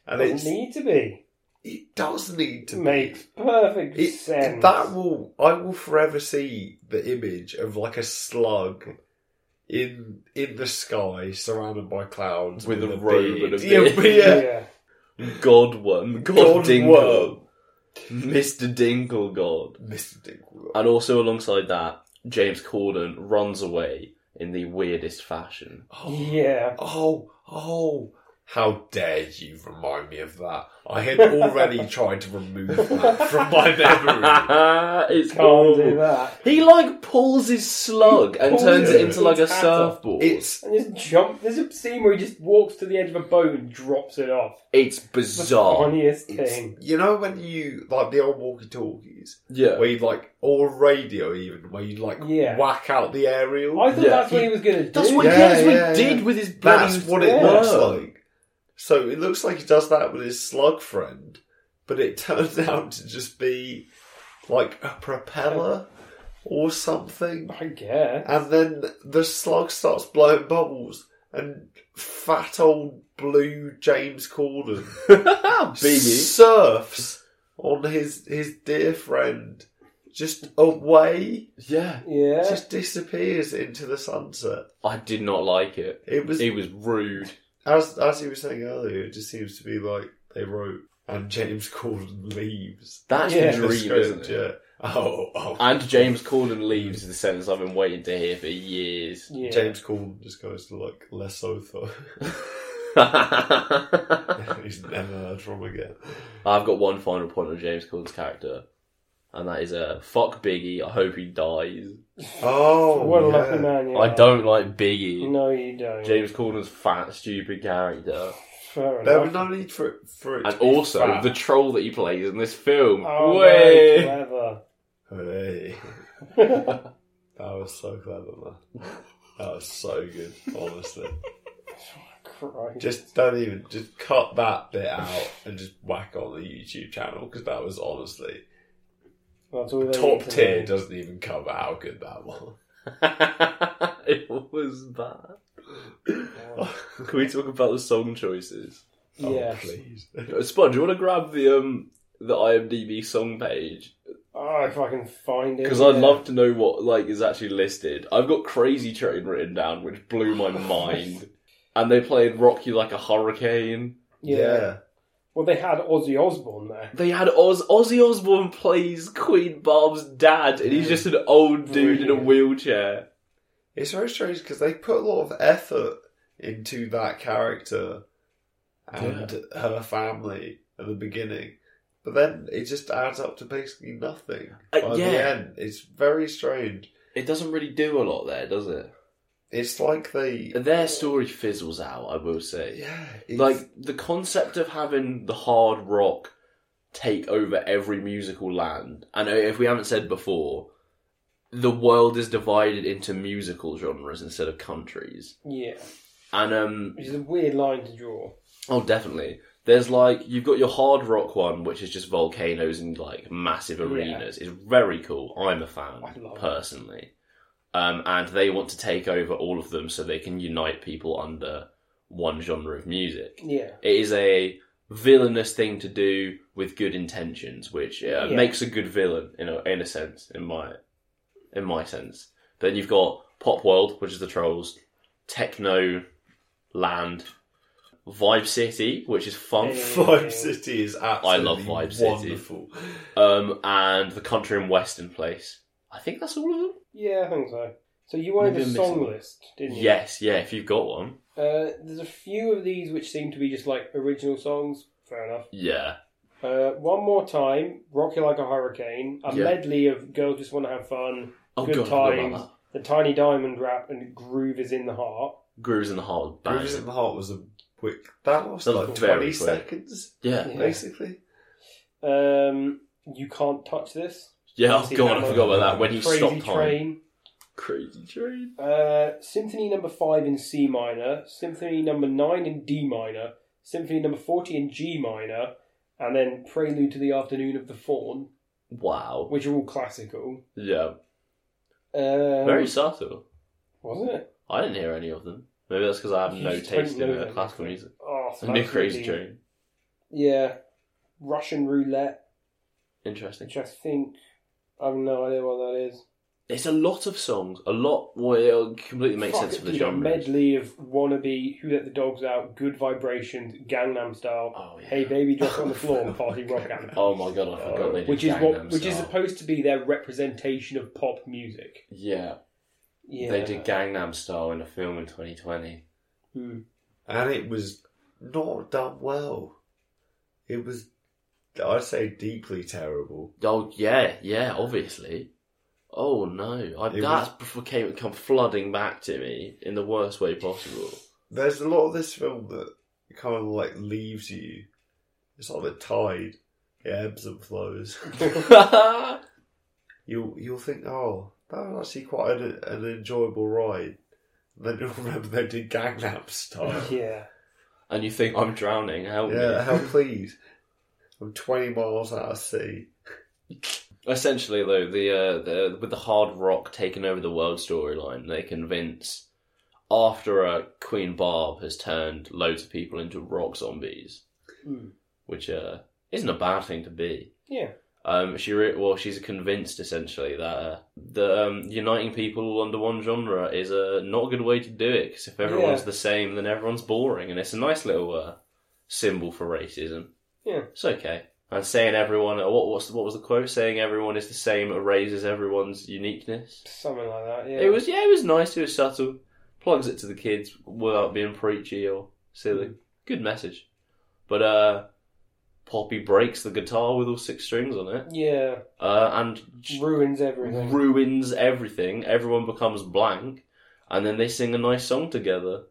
Speaker 1: and
Speaker 2: Doesn't
Speaker 1: it's
Speaker 2: need to be.
Speaker 1: it does need to
Speaker 2: Makes perfect
Speaker 1: be it,
Speaker 2: sense.
Speaker 1: that will i will forever see the image of like a slug in in the sky surrounded by clouds
Speaker 3: With a robe
Speaker 1: beard.
Speaker 3: and a
Speaker 1: Yeah,
Speaker 3: beard.
Speaker 1: yeah,
Speaker 2: yeah.
Speaker 3: God worm. God,
Speaker 1: God
Speaker 3: Dingle.
Speaker 1: worm.
Speaker 3: Mr. Dingle God.
Speaker 1: mr dingle
Speaker 3: And also alongside that, James Corden runs away in the weirdest fashion.
Speaker 2: Yeah.
Speaker 1: oh oh how dare you remind me of that? I had already tried to remove that from my memory. Oh,
Speaker 3: it's
Speaker 2: Can't do
Speaker 3: horrible.
Speaker 2: that.
Speaker 3: He like pulls his slug and
Speaker 2: pulls
Speaker 3: turns it
Speaker 1: it
Speaker 3: into like a
Speaker 2: into a tatter.
Speaker 3: surfboard.
Speaker 1: It's
Speaker 2: And just jump. There's a scene where he just walks to the edge of a boat and drops it off.
Speaker 3: it's
Speaker 2: The
Speaker 3: bizarre.
Speaker 2: funniest thing.
Speaker 1: It's, you know when you like the old walkie talkies
Speaker 3: Yeah.
Speaker 1: where you like or radio even where you like
Speaker 2: Yeah.
Speaker 1: whack out the aerial.
Speaker 2: I thought
Speaker 3: Yeah.
Speaker 2: that's what he was going to do.
Speaker 3: That's what, yeah,
Speaker 1: Yeah,
Speaker 3: that's what
Speaker 1: yeah,
Speaker 3: he did
Speaker 1: yeah.
Speaker 3: with his bloody
Speaker 1: That's what it
Speaker 3: worm.
Speaker 1: looks like. So it looks like he does that with his slug friend, but it turns out to just be like a propeller or something.
Speaker 2: I guess.
Speaker 1: And then the slug starts blowing bubbles and fat old blue James Corden
Speaker 3: Biggie.
Speaker 1: surfs on his his dear friend just away
Speaker 3: Yeah.
Speaker 2: Yeah.
Speaker 1: just disappears into the sunset
Speaker 3: I did not like it.
Speaker 1: it was
Speaker 3: It was rude.
Speaker 1: as as he was saying earlier it just seems to be like they wrote and james corden leaves
Speaker 3: That's
Speaker 2: Yeah.
Speaker 3: the
Speaker 1: In the
Speaker 3: dream,
Speaker 1: script,
Speaker 3: isn't it? Uh,
Speaker 1: yeah oh oh
Speaker 3: And James Corden leaves is the sentence I've been waiting to hear for years.
Speaker 2: yeah.
Speaker 1: james corden just goes to like lesotho he's never heard from again
Speaker 3: I've got one final point on James Corden's character, and that is uh, fuck Biggie. I hope he dies.
Speaker 1: oh
Speaker 2: What a
Speaker 1: yeah.
Speaker 2: lucky man you
Speaker 3: I
Speaker 2: are.
Speaker 3: don't like Biggie.
Speaker 2: No, you don't.
Speaker 3: James Corden's fat, stupid character,
Speaker 2: Fair
Speaker 1: there
Speaker 2: enough.
Speaker 1: was no need for it for it
Speaker 3: and
Speaker 1: to be
Speaker 3: also
Speaker 1: fat.
Speaker 3: the troll that he plays in this film.
Speaker 2: Oh,
Speaker 3: Way.
Speaker 2: very clever.
Speaker 1: Oh, Hey. that was so clever, man. That was so good, honestly.
Speaker 2: Christ.
Speaker 1: Just don't even just cut that bit out and just whack on the YouTube channel because that was honestly
Speaker 2: That's all they
Speaker 1: top
Speaker 2: need to
Speaker 1: tier.
Speaker 2: know.
Speaker 1: Doesn't even cover how good that was.
Speaker 3: it was bad. Can we talk about the song choices?
Speaker 2: Yeah.
Speaker 1: Please.
Speaker 3: Sponge, you want to grab the um the IMDb song page
Speaker 2: Oh, if I can find it.
Speaker 3: because I'd love to know what like is actually listed. I've got Crazy Train written down, which blew my mind. And they played Rock You Like a Hurricane.
Speaker 2: Yeah. Well, they had Ozzy Osbourne there.
Speaker 3: They had Oz Ozzy Osbourne plays Queen Barb's dad, and he's just an old dude in a
Speaker 2: Brilliant.
Speaker 3: wheelchair.
Speaker 1: It's very strange because they put a lot of effort into that character and her family at the beginning, but then it just adds up to basically nothing.
Speaker 3: Uh,
Speaker 1: By
Speaker 3: yeah.
Speaker 1: the end, it's very strange.
Speaker 3: It doesn't really do a lot there, does it?
Speaker 1: It's like they,
Speaker 3: Their story fizzles out, I will say.
Speaker 1: yeah, it's,
Speaker 3: like the concept of having the hard rock take over every musical land and if we haven't said before the world is divided into musical genres instead of countries
Speaker 2: Yeah.
Speaker 3: and um
Speaker 2: Which is a weird line to draw.
Speaker 3: oh definitely there's like you've got your hard rock one which is just volcanoes and like massive arenas it's very cool i'm a fan
Speaker 2: I love it.
Speaker 3: personally um and they want to take over all of them so they can unite people under one genre of music
Speaker 2: Yeah.
Speaker 3: it is a villainous thing to do with good intentions, which uh,
Speaker 2: Yeah.
Speaker 3: makes a good villain in a in a sense, in my in my sense. Then you've got Pop World, which is the trolls, Techno Land, Vibe City, which is funk,
Speaker 1: Vibe City is absolutely
Speaker 3: love Vibe City.
Speaker 1: wonderful.
Speaker 3: um, and the Country and Western Place. I think that's all of them.
Speaker 2: Yeah, I think so. So you wanted
Speaker 3: Maybe
Speaker 2: a
Speaker 3: I'm
Speaker 2: song
Speaker 3: missing-
Speaker 2: list, didn't you?
Speaker 3: Yes, yeah. If you've got one,
Speaker 2: Uh, there's a few of these which seem to be just like original songs. Fair enough.
Speaker 3: yeah,
Speaker 2: Uh, one more time, Rock You Like a Hurricane, a
Speaker 3: Yeah.
Speaker 2: medley of Girls Just Want to Have Fun,
Speaker 3: Oh,
Speaker 2: Good
Speaker 3: God, I forgot about
Speaker 2: Times, The Tiny Diamond Rap, and Groove Is in the Heart.
Speaker 3: Grooves in the Heart, bang.
Speaker 1: Bruises in the Heart was a quick. That was
Speaker 3: That was
Speaker 1: like twenty
Speaker 3: very quick.
Speaker 1: seconds,
Speaker 3: Yeah,
Speaker 2: Yeah.
Speaker 1: basically.
Speaker 2: Um, you Can't Touch This.
Speaker 3: yeah. Oh
Speaker 2: See
Speaker 3: God,
Speaker 2: that
Speaker 3: I
Speaker 2: one?
Speaker 3: forgot about that. When he
Speaker 2: Crazy
Speaker 3: stopped time,
Speaker 2: Train.
Speaker 3: crazy train.
Speaker 2: Uh, Symphony number five in C minor, Symphony number nine in D minor, Symphony number forty in G minor, and then Prelude to the Afternoon of the Faun,
Speaker 3: Wow.
Speaker 2: which are all classical.
Speaker 3: Yeah.
Speaker 2: Um,
Speaker 3: Very subtle.
Speaker 2: wasn't it?
Speaker 3: I didn't hear any of them. Maybe that's because I have
Speaker 2: You
Speaker 3: no
Speaker 2: just don't
Speaker 3: taste
Speaker 2: know
Speaker 3: in uh,
Speaker 2: them.
Speaker 3: classical music.
Speaker 2: Oh, so
Speaker 3: I knew
Speaker 2: that's
Speaker 3: Crazy
Speaker 2: gonna be-
Speaker 3: Train.
Speaker 2: Yeah, Russian roulette,
Speaker 3: Interesting.
Speaker 2: which I think I have no idea what that is.
Speaker 3: It's a lot of songs. A lot. Well, it completely makes
Speaker 2: Fuck,
Speaker 3: sense for the
Speaker 2: dude, a
Speaker 3: genre.
Speaker 2: Medley of wannabe, who let the dogs out, good vibrations, Gangnam style.
Speaker 3: Oh, yeah.
Speaker 2: Hey baby, drop it on the floor and party rock out.
Speaker 3: Oh my god, I forgot they did
Speaker 2: which is
Speaker 3: Gangnam
Speaker 2: what, which is
Speaker 3: Style.
Speaker 2: supposed to be their representation of pop music.
Speaker 3: Yeah,
Speaker 2: Yeah,
Speaker 3: they did Gangnam Style in a film in 2020.
Speaker 2: Hmm.
Speaker 1: and it was not done well. It was, I'd say, deeply terrible.
Speaker 3: Oh yeah, yeah, obviously. Oh no, I,
Speaker 1: It
Speaker 3: that became come flooding back to me in the worst way possible.
Speaker 1: There's a lot of this film that kind of like leaves you. It's like a tide; it ebbs and flows. you'll you'll think, oh, that was actually quite an, an enjoyable ride. And then you'll remember they did Gangnam Style.
Speaker 2: yeah.
Speaker 3: and you think I'm drowning? Help me!
Speaker 1: yeah, help please. I'm 20 miles out of sea.
Speaker 3: Essentially, though, the, uh, the with the hard rock taking over the world storyline, they convince after uh, Queen Barb has turned loads of people into rock zombies,
Speaker 2: Mm.
Speaker 3: which uh, isn't a bad thing to be.
Speaker 2: Yeah.
Speaker 3: Um, she re- well, she's convinced essentially that uh, the um, uniting people all under one genre is uh, not a good way to do it because if everyone's
Speaker 2: Yeah.
Speaker 3: the same, then everyone's boring, and it's a nice little uh, symbol for racism.
Speaker 2: Yeah.
Speaker 3: It's okay. And saying everyone, uh, what what's the, what was the quote? Saying everyone is the same erases everyone's uniqueness.
Speaker 2: Something like that, yeah.
Speaker 3: It was yeah, it was nice. It was subtle. Plugs it to the kids without being preachy or silly.
Speaker 2: Mm.
Speaker 3: Good message. But uh, Poppy breaks the guitar with all six strings on it,
Speaker 2: Yeah.
Speaker 3: uh, and j-
Speaker 2: Ruins everything.
Speaker 3: ruins everything. Everyone becomes blank, and then they sing a nice song together,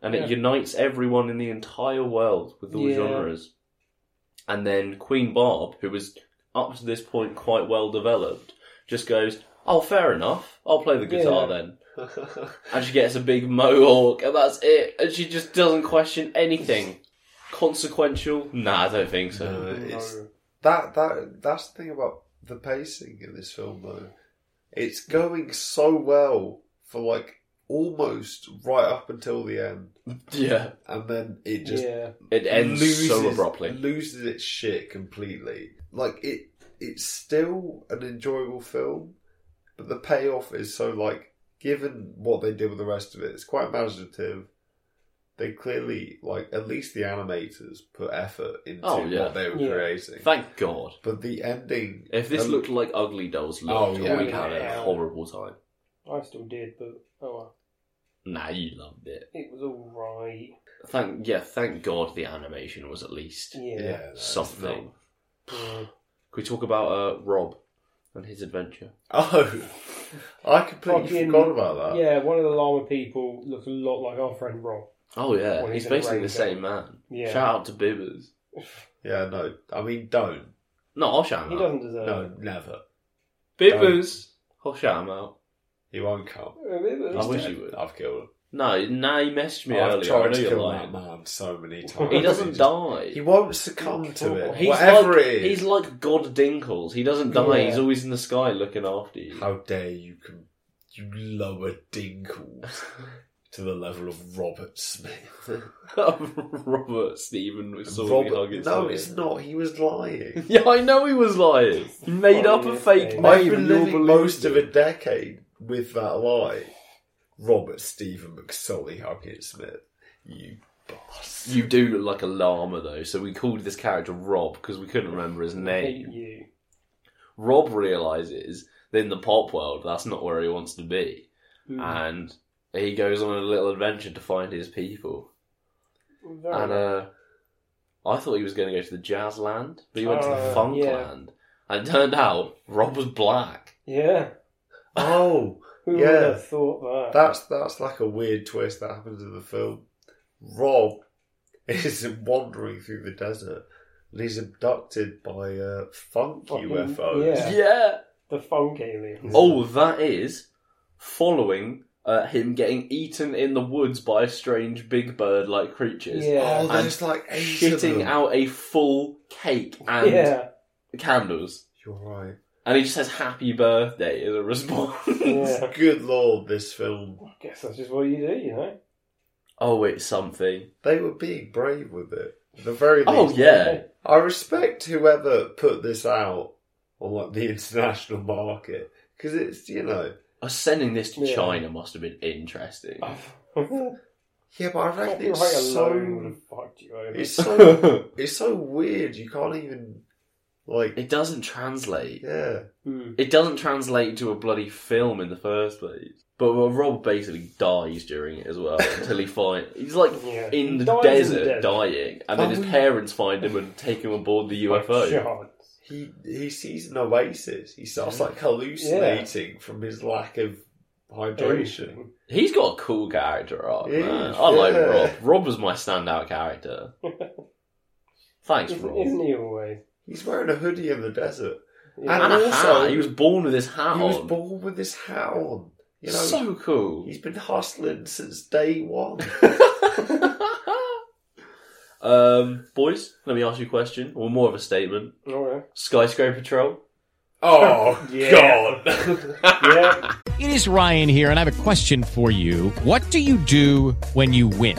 Speaker 3: and it
Speaker 2: Yeah.
Speaker 3: unites everyone in the entire world with all
Speaker 2: Yeah.
Speaker 3: genres. And then Queen Barb, who was up to this point quite well developed, just goes, "Oh, fair enough. I'll play the guitar
Speaker 2: Yeah.
Speaker 3: then." and she gets a big mohawk, and that's it. And she just doesn't question anything. Consequential? Nah, I don't think so.
Speaker 1: No, Uh, it's that that that's the thing about the pacing in this film though. It's going so well for like almost right up until the end,
Speaker 3: Yeah,
Speaker 1: and then it just
Speaker 2: yeah.
Speaker 3: it ends so abruptly.
Speaker 1: Loses its shit completely. Like it, it's still an enjoyable film, but the payoff is so like. Given what they did with the rest of it, it's quite imaginative. They clearly like at least the animators put effort into
Speaker 3: Oh, yeah.
Speaker 1: what they were
Speaker 2: Yeah.
Speaker 1: creating.
Speaker 3: Thank God.
Speaker 1: But the ending.
Speaker 3: If this
Speaker 1: um,
Speaker 3: looked like Ugly Dolls
Speaker 1: Oh,
Speaker 3: looked,
Speaker 1: yeah.
Speaker 3: we'd have a horrible time.
Speaker 2: I still did, but oh well.
Speaker 3: Nah, you loved it.
Speaker 2: It was alright.
Speaker 3: Thank yeah, thank God the animation was at least
Speaker 2: Yeah.
Speaker 1: yeah, that's
Speaker 3: something.
Speaker 1: not-
Speaker 2: Yeah.
Speaker 3: Could we talk about uh, Rob and his adventure?
Speaker 1: Oh, I completely
Speaker 2: Fucking-
Speaker 1: forgot about that.
Speaker 2: Yeah, one of the llama people looked a lot like our friend Rob.
Speaker 3: Oh yeah,
Speaker 2: Well,
Speaker 3: he's
Speaker 2: he's in a
Speaker 3: basically the
Speaker 2: raincoat.
Speaker 3: same man.
Speaker 2: Yeah.
Speaker 3: Shout out to Bibbers.
Speaker 1: Yeah, no, I mean, don't.
Speaker 3: No, I'll shout him
Speaker 2: He
Speaker 3: out.
Speaker 2: doesn't deserve
Speaker 1: No,
Speaker 3: Um,
Speaker 1: never.
Speaker 3: Bibbers. I'll shout him out.
Speaker 1: He won't come.
Speaker 2: it.
Speaker 3: I wish
Speaker 1: Dead.
Speaker 3: he would.
Speaker 1: I've killed
Speaker 3: No, nah, he messaged
Speaker 1: him.
Speaker 3: me
Speaker 1: I've
Speaker 3: earlier. I
Speaker 1: tried
Speaker 3: know
Speaker 1: to
Speaker 3: you're
Speaker 1: kill
Speaker 3: lying.
Speaker 1: that man so many times.
Speaker 3: He doesn't
Speaker 1: just-
Speaker 3: die.
Speaker 1: He won't succumb to it.
Speaker 3: He's
Speaker 1: whatever
Speaker 3: like,
Speaker 1: it is.
Speaker 3: He's like God Dinkles. He doesn't die.
Speaker 2: Yeah.
Speaker 3: He's always in the sky looking after you.
Speaker 1: How dare you com- you lower Dinkles to the level of Robert Smith.
Speaker 3: Robert Stephen was saw me
Speaker 1: Robert,
Speaker 3: hugging
Speaker 1: no,
Speaker 3: someone.
Speaker 1: it's not. He was lying.
Speaker 3: Yeah, I know he was lying. He made up a
Speaker 2: Funny
Speaker 3: fake
Speaker 2: thing.
Speaker 3: name.
Speaker 1: I've been
Speaker 3: and you all
Speaker 1: living most of
Speaker 3: believed
Speaker 1: a decade with that lie. Robert Stephen McSully Huggett Smith. You boss.
Speaker 3: You do look like a llama though, so we called this character Rob because we couldn't remember his
Speaker 2: hate
Speaker 3: name.
Speaker 2: you.
Speaker 3: Rob realizes that in the pop world that's not where he wants to be,
Speaker 2: Hmm.
Speaker 3: and he goes on a little adventure to find his people.
Speaker 2: Very
Speaker 3: And uh, I thought he was going to go to the jazz land, but he went to the
Speaker 2: Uh,
Speaker 3: funk
Speaker 2: yeah.
Speaker 3: land, and it turned out Rob was black.
Speaker 2: yeah.
Speaker 1: Oh,
Speaker 2: Who
Speaker 1: Yeah.
Speaker 2: would have thought that?
Speaker 1: that's that's like a weird twist that happens in the film. Rob is wandering through the desert and he's abducted by uh, funk
Speaker 2: Fucking-
Speaker 1: UFOs.
Speaker 2: Yeah.
Speaker 3: yeah.
Speaker 2: The funk aliens.
Speaker 3: Oh, that is following uh, him getting eaten in the woods by strange big bird like creatures.
Speaker 2: Yeah.
Speaker 1: Oh, there's
Speaker 3: And
Speaker 1: like eight of
Speaker 3: Shitting
Speaker 1: them.
Speaker 3: out a full cake and
Speaker 2: yeah.
Speaker 3: candles.
Speaker 1: You're right.
Speaker 3: And he just says happy birthday as a response.
Speaker 2: yeah.
Speaker 1: Good lord, this film.
Speaker 2: I guess that's just what you do, you know?
Speaker 3: oh, it's something.
Speaker 1: They were being brave with it. At the very least,
Speaker 3: Oh, yeah.
Speaker 1: I respect whoever put this out on like the international market because it's you know
Speaker 3: Us sending this to
Speaker 2: Yeah.
Speaker 3: China must have been interesting.
Speaker 1: yeah, but I reckon
Speaker 2: Copyright
Speaker 1: it's
Speaker 2: alone would
Speaker 1: so
Speaker 2: have fucked you over.
Speaker 1: it's so it's so weird. You can't even like
Speaker 3: It doesn't translate.
Speaker 1: yeah
Speaker 2: Mm.
Speaker 3: It doesn't translate to a bloody film in the first place. But well, Rob basically dies during it as well until he find he's like
Speaker 2: Yeah.
Speaker 3: in the
Speaker 2: Dies in the
Speaker 3: desert
Speaker 2: desert.
Speaker 3: dying, and then
Speaker 1: Oh,
Speaker 3: his
Speaker 1: yeah.
Speaker 3: parents find him and take him aboard the
Speaker 1: Oh,
Speaker 3: UFO.
Speaker 2: God.
Speaker 1: he he sees an oasis. He starts like hallucinating from his lack of hydration.
Speaker 3: He's got a cool character arc.
Speaker 1: He
Speaker 3: man.
Speaker 1: is,
Speaker 3: I like
Speaker 1: yeah.
Speaker 3: Rob. Rob was my standout character. Thanks,
Speaker 2: Isn't,
Speaker 3: Rob.
Speaker 2: isn't he always?
Speaker 1: He's wearing a hoodie in the desert.
Speaker 2: Yeah.
Speaker 3: and
Speaker 1: And
Speaker 3: a
Speaker 1: also-
Speaker 3: hat. he was born with his hat
Speaker 1: he was
Speaker 3: on.
Speaker 1: born with this hat on. You know,
Speaker 3: so cool.
Speaker 1: he's been hustling since day one.
Speaker 3: um, boys, let me ask you a question, or more of a statement.
Speaker 2: Alright.
Speaker 3: Skyscraper Patrol.
Speaker 1: oh
Speaker 2: Yeah.
Speaker 1: God!
Speaker 2: Yeah.
Speaker 6: It is Ryan here, and I have a question for you. What do you do when you win?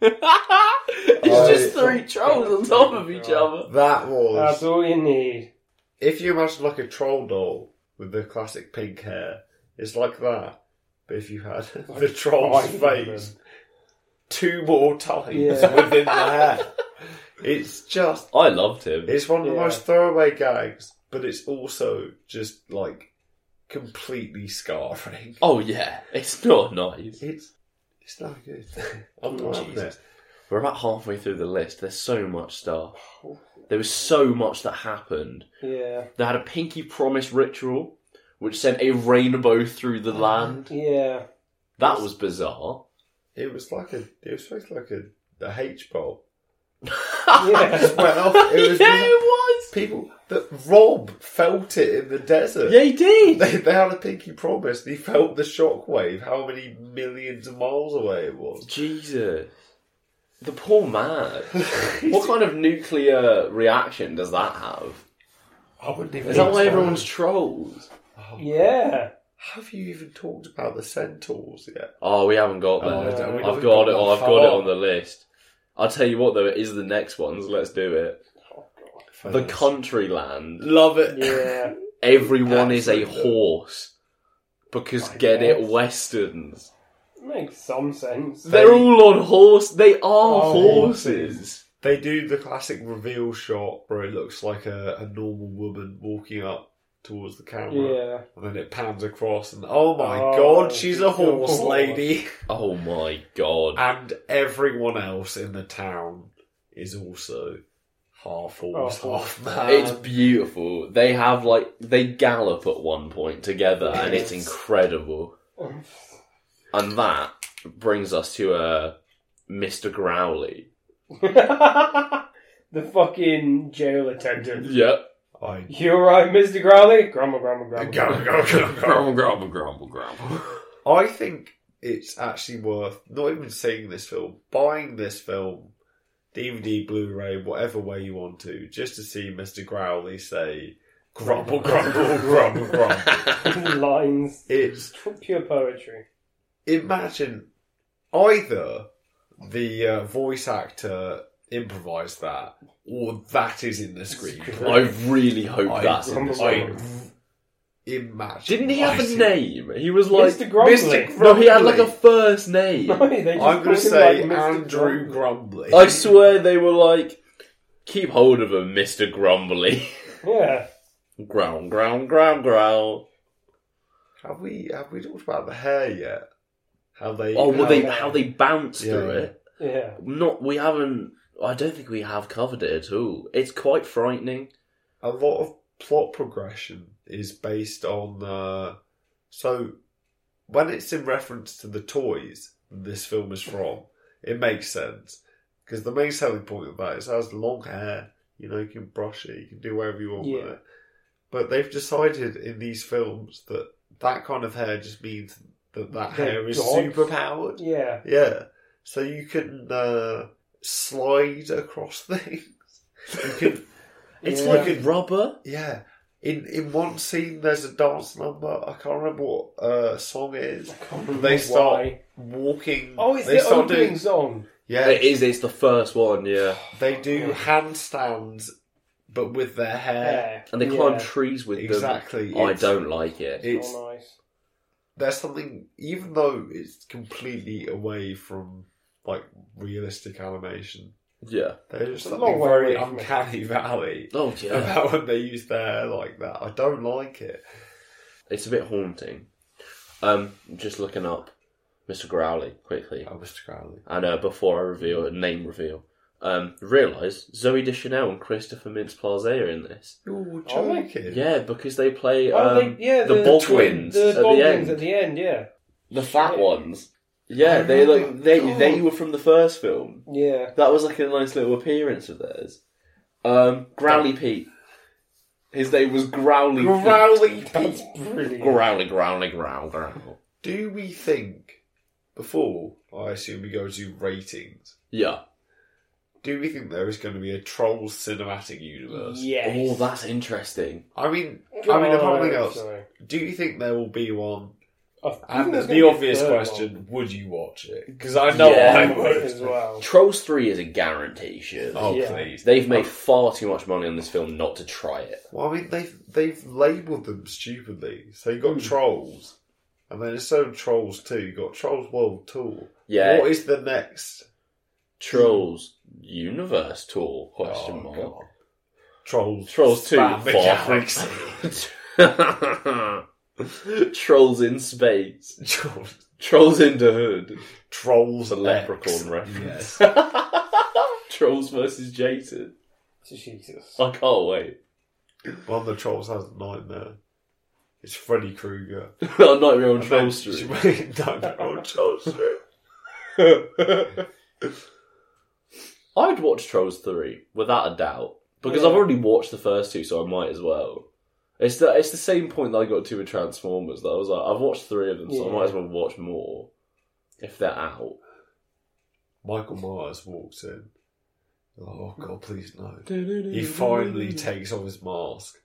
Speaker 3: It's just three trolls on top of each other.
Speaker 1: That was.
Speaker 2: That's all you need.
Speaker 1: If you imagine like a troll doll with the classic pink hair, it's like that. But if you had the troll's
Speaker 2: five of
Speaker 1: face two more times
Speaker 2: Yeah.
Speaker 1: within the hair, it's just.
Speaker 3: I loved him.
Speaker 1: It's one of the
Speaker 2: Yeah.
Speaker 1: most throwaway gags, but it's also just like completely scarring.
Speaker 3: Oh yeah, it's not nice.
Speaker 1: It's it's not good. I'm not having
Speaker 3: Oh, Jesus.
Speaker 1: it.
Speaker 3: We're about halfway through the list. There's so much stuff. There was so much that happened.
Speaker 2: Yeah.
Speaker 3: They had a pinky promise ritual, which sent a rainbow through the land.
Speaker 2: Yeah.
Speaker 3: That was bizarre.
Speaker 1: It was like a. It was supposed to be like a, a H bowl.
Speaker 2: Yeah.
Speaker 1: Well, it was
Speaker 3: yeah, it was.
Speaker 1: people that Rob felt it in the desert.
Speaker 3: Yeah, he did.
Speaker 1: They, they had a pinky promise. He felt the shockwave. How many millions of miles away it was.
Speaker 3: Jesus. The poor man. what kind of nuclear reaction does that have?
Speaker 1: I wouldn't even.
Speaker 3: Is that why
Speaker 1: understand.
Speaker 3: everyone's trolls?
Speaker 2: Yeah.
Speaker 1: Have you even talked about the centaurs yet?
Speaker 3: Oh, we haven't got
Speaker 1: Oh,
Speaker 3: that.
Speaker 1: no, we
Speaker 3: I've
Speaker 1: haven't
Speaker 3: got
Speaker 1: got
Speaker 3: it.
Speaker 1: that
Speaker 3: Oh, I've
Speaker 1: far.
Speaker 3: got it on the list. I'll tell you what, though, it is the next one. So let's do it. The country land.
Speaker 1: Love it.
Speaker 2: Yeah.
Speaker 3: Everyone is a
Speaker 1: Absolutely.
Speaker 3: horse because
Speaker 2: I
Speaker 3: get it
Speaker 2: guess.
Speaker 3: westerns.
Speaker 2: Makes some sense.
Speaker 3: They're all on horse. They are
Speaker 2: Oh,
Speaker 3: horses.
Speaker 1: They do the classic reveal shot where it looks like a, a normal woman walking up towards the camera,
Speaker 2: Yeah.
Speaker 1: and then it pans across, and oh my
Speaker 2: Oh,
Speaker 1: god, she's
Speaker 2: she's
Speaker 1: a
Speaker 2: a
Speaker 1: horse
Speaker 2: horse.
Speaker 1: lady.
Speaker 3: Oh my god!
Speaker 1: and everyone else in the town is also half horse,
Speaker 2: Oh,
Speaker 1: half man.
Speaker 3: It's beautiful. They have like they gallop at one point together, and it's
Speaker 2: Yes.
Speaker 3: incredible. And that brings us to uh, Mr. Growly.
Speaker 2: the fucking jail attendant.
Speaker 3: Yep.
Speaker 1: I
Speaker 2: You're right, Mr. Growley. Grumble, grumble, grumble.
Speaker 1: go, go, go, go.
Speaker 3: grumble, grumble, grumble.
Speaker 1: I think it's actually worth not even seeing this film, buying this film, DVD, Blu-ray, whatever way you want to, just to see Mr. Growley say grumble, grumble, grumble, grumble.
Speaker 2: Lines.
Speaker 1: It's
Speaker 2: Pure poetry.
Speaker 1: imagine either the uh, voice actor improvised that, or that is in the
Speaker 3: I
Speaker 1: screenplay.
Speaker 3: really hope
Speaker 1: I-
Speaker 3: that's in
Speaker 2: Grumble,
Speaker 3: this
Speaker 1: I-
Speaker 3: film.
Speaker 1: Imagine.
Speaker 3: Didn't he have
Speaker 1: I-
Speaker 3: a name? He was like
Speaker 2: Mr. Grumbly.
Speaker 3: No, he had like a first name.
Speaker 2: No, they just
Speaker 1: I'm
Speaker 2: call him,
Speaker 1: going to say
Speaker 2: like, Mr.
Speaker 1: Andrew
Speaker 2: Grumble.
Speaker 1: Grumbly.
Speaker 3: I swear they were like, keep hold of him, Mister Grumbly.
Speaker 2: Yeah.
Speaker 3: growl, growl, growl, growl.
Speaker 1: Have we have we talked about the hair yet? How they?
Speaker 3: Oh, well,
Speaker 1: how-
Speaker 3: they how they bounce through
Speaker 1: Yeah.
Speaker 3: it.
Speaker 2: Yeah.
Speaker 3: Not we haven't. I don't think we have covered it at all. It's quite frightening.
Speaker 1: a lot of plot progression is based on. Uh, so, when it's in reference to the toys this film is from, it makes sense because the main selling point of that is it has long hair. You know, you can brush it, you can do whatever you want with
Speaker 2: Yeah.
Speaker 1: it. But they've decided in these films that that kind of hair just means that that
Speaker 2: They're
Speaker 1: hair is
Speaker 2: dogs.
Speaker 1: superpowered.
Speaker 2: Yeah.
Speaker 1: Yeah. So you can uh, slide across things. You can,
Speaker 3: It's
Speaker 2: Yeah.
Speaker 3: like a rubber.
Speaker 1: yeah. In in one scene, there's a dance number. I can't remember what uh, song it is. They start
Speaker 2: why.
Speaker 1: walking.
Speaker 2: Oh, it's
Speaker 1: they
Speaker 2: the
Speaker 1: start
Speaker 2: opening
Speaker 1: doing-
Speaker 2: song.
Speaker 1: Yeah,
Speaker 3: It is. It's the first one. Yeah,
Speaker 1: they do handstands, but with their hair.
Speaker 2: Yeah.
Speaker 3: Uh, and they
Speaker 2: yeah.
Speaker 3: climb trees with
Speaker 1: Exactly.
Speaker 3: them. I
Speaker 1: It's-
Speaker 3: don't like it.
Speaker 1: It's
Speaker 2: Oh, nice.
Speaker 1: there's something, even though it's completely away from like realistic animation.
Speaker 3: yeah.
Speaker 1: There's
Speaker 2: a
Speaker 1: something
Speaker 2: long way
Speaker 1: very
Speaker 2: away from it.
Speaker 1: uncanny valley
Speaker 3: Oh yeah.
Speaker 1: about when they use their hair like that. I don't like it.
Speaker 3: It's a bit haunting. Um, just looking up Mr. Growly quickly.
Speaker 1: Oh, Mr. Crowley.
Speaker 3: And uh, before I reveal a name reveal, um, realise Zoe Deschanel and Christopher Mintz Plaze are in this.
Speaker 1: You're
Speaker 2: I like
Speaker 1: joking.
Speaker 3: Yeah, because they play
Speaker 2: Oh,
Speaker 3: um,
Speaker 2: they, yeah,
Speaker 3: the, Baldwins
Speaker 2: The
Speaker 3: at the
Speaker 2: Baldwins
Speaker 3: end.
Speaker 2: at the end, yeah.
Speaker 3: The fat ones. Yeah, they like they they were from the first film.
Speaker 2: Yeah.
Speaker 3: That was like a nice little appearance of theirs. Um, Growly Pete. His name was Growly. Pete.
Speaker 1: Crowley
Speaker 2: That's
Speaker 1: Pete.
Speaker 2: brilliant.
Speaker 3: Growly, growly, growl, growl.
Speaker 1: Do we think, before I assume we go to ratings,
Speaker 3: Yeah.
Speaker 1: do we think there is going to be a Trolls cinematic universe?
Speaker 2: Yes.
Speaker 3: Oh, that's interesting.
Speaker 1: I mean, I mean, if
Speaker 2: Oh,
Speaker 1: nothing else,
Speaker 2: sorry.
Speaker 1: do you think there will be one?
Speaker 2: I think
Speaker 1: And
Speaker 2: there's
Speaker 1: the
Speaker 2: gonna be a
Speaker 1: obvious
Speaker 2: third
Speaker 1: question: Would you watch it? Because I know
Speaker 3: Yeah.
Speaker 1: I would.
Speaker 2: as well.
Speaker 3: Trolls 3 is a guarantee, surely.
Speaker 1: Oh, Yeah. please.
Speaker 3: They've made far too much money on this film not to try it.
Speaker 1: Well, I mean, they've they've labelled them stupidly. So you
Speaker 3: Hmm.
Speaker 1: got trolls, and then instead of trolls two, you got trolls world tour.
Speaker 3: Yeah.
Speaker 1: What is the next
Speaker 3: Trolls Universe Tour? Question mark.
Speaker 1: Oh, trolls?
Speaker 3: Trolls 2
Speaker 1: spam the
Speaker 3: Far
Speaker 1: galaxy?
Speaker 3: From... Trolls in Space.
Speaker 1: Trolls,
Speaker 3: Trolls in the Hood.
Speaker 1: trolls
Speaker 3: It's a leprechaun reference.
Speaker 1: Yes.
Speaker 3: Trolls versus Jason.
Speaker 2: Jesus.
Speaker 3: I can't wait.
Speaker 1: One of the trolls has a nightmare. It's Freddy Krueger.
Speaker 3: Our Nightmare on
Speaker 1: And
Speaker 3: Troll
Speaker 1: then
Speaker 3: Street.
Speaker 1: she made Nightmare on Troll Street.
Speaker 3: I'd watch Trolls 3, without a doubt. Because
Speaker 2: Yeah.
Speaker 3: I've already watched the first two, so I might as well. It's the, it's the same point that I got to with Transformers. That I was like, I've watched three of them, so I
Speaker 2: Yeah.
Speaker 3: might as well watch more if they're out.
Speaker 1: Michael Myers walks in. Oh God, please no! He finally takes off his mask,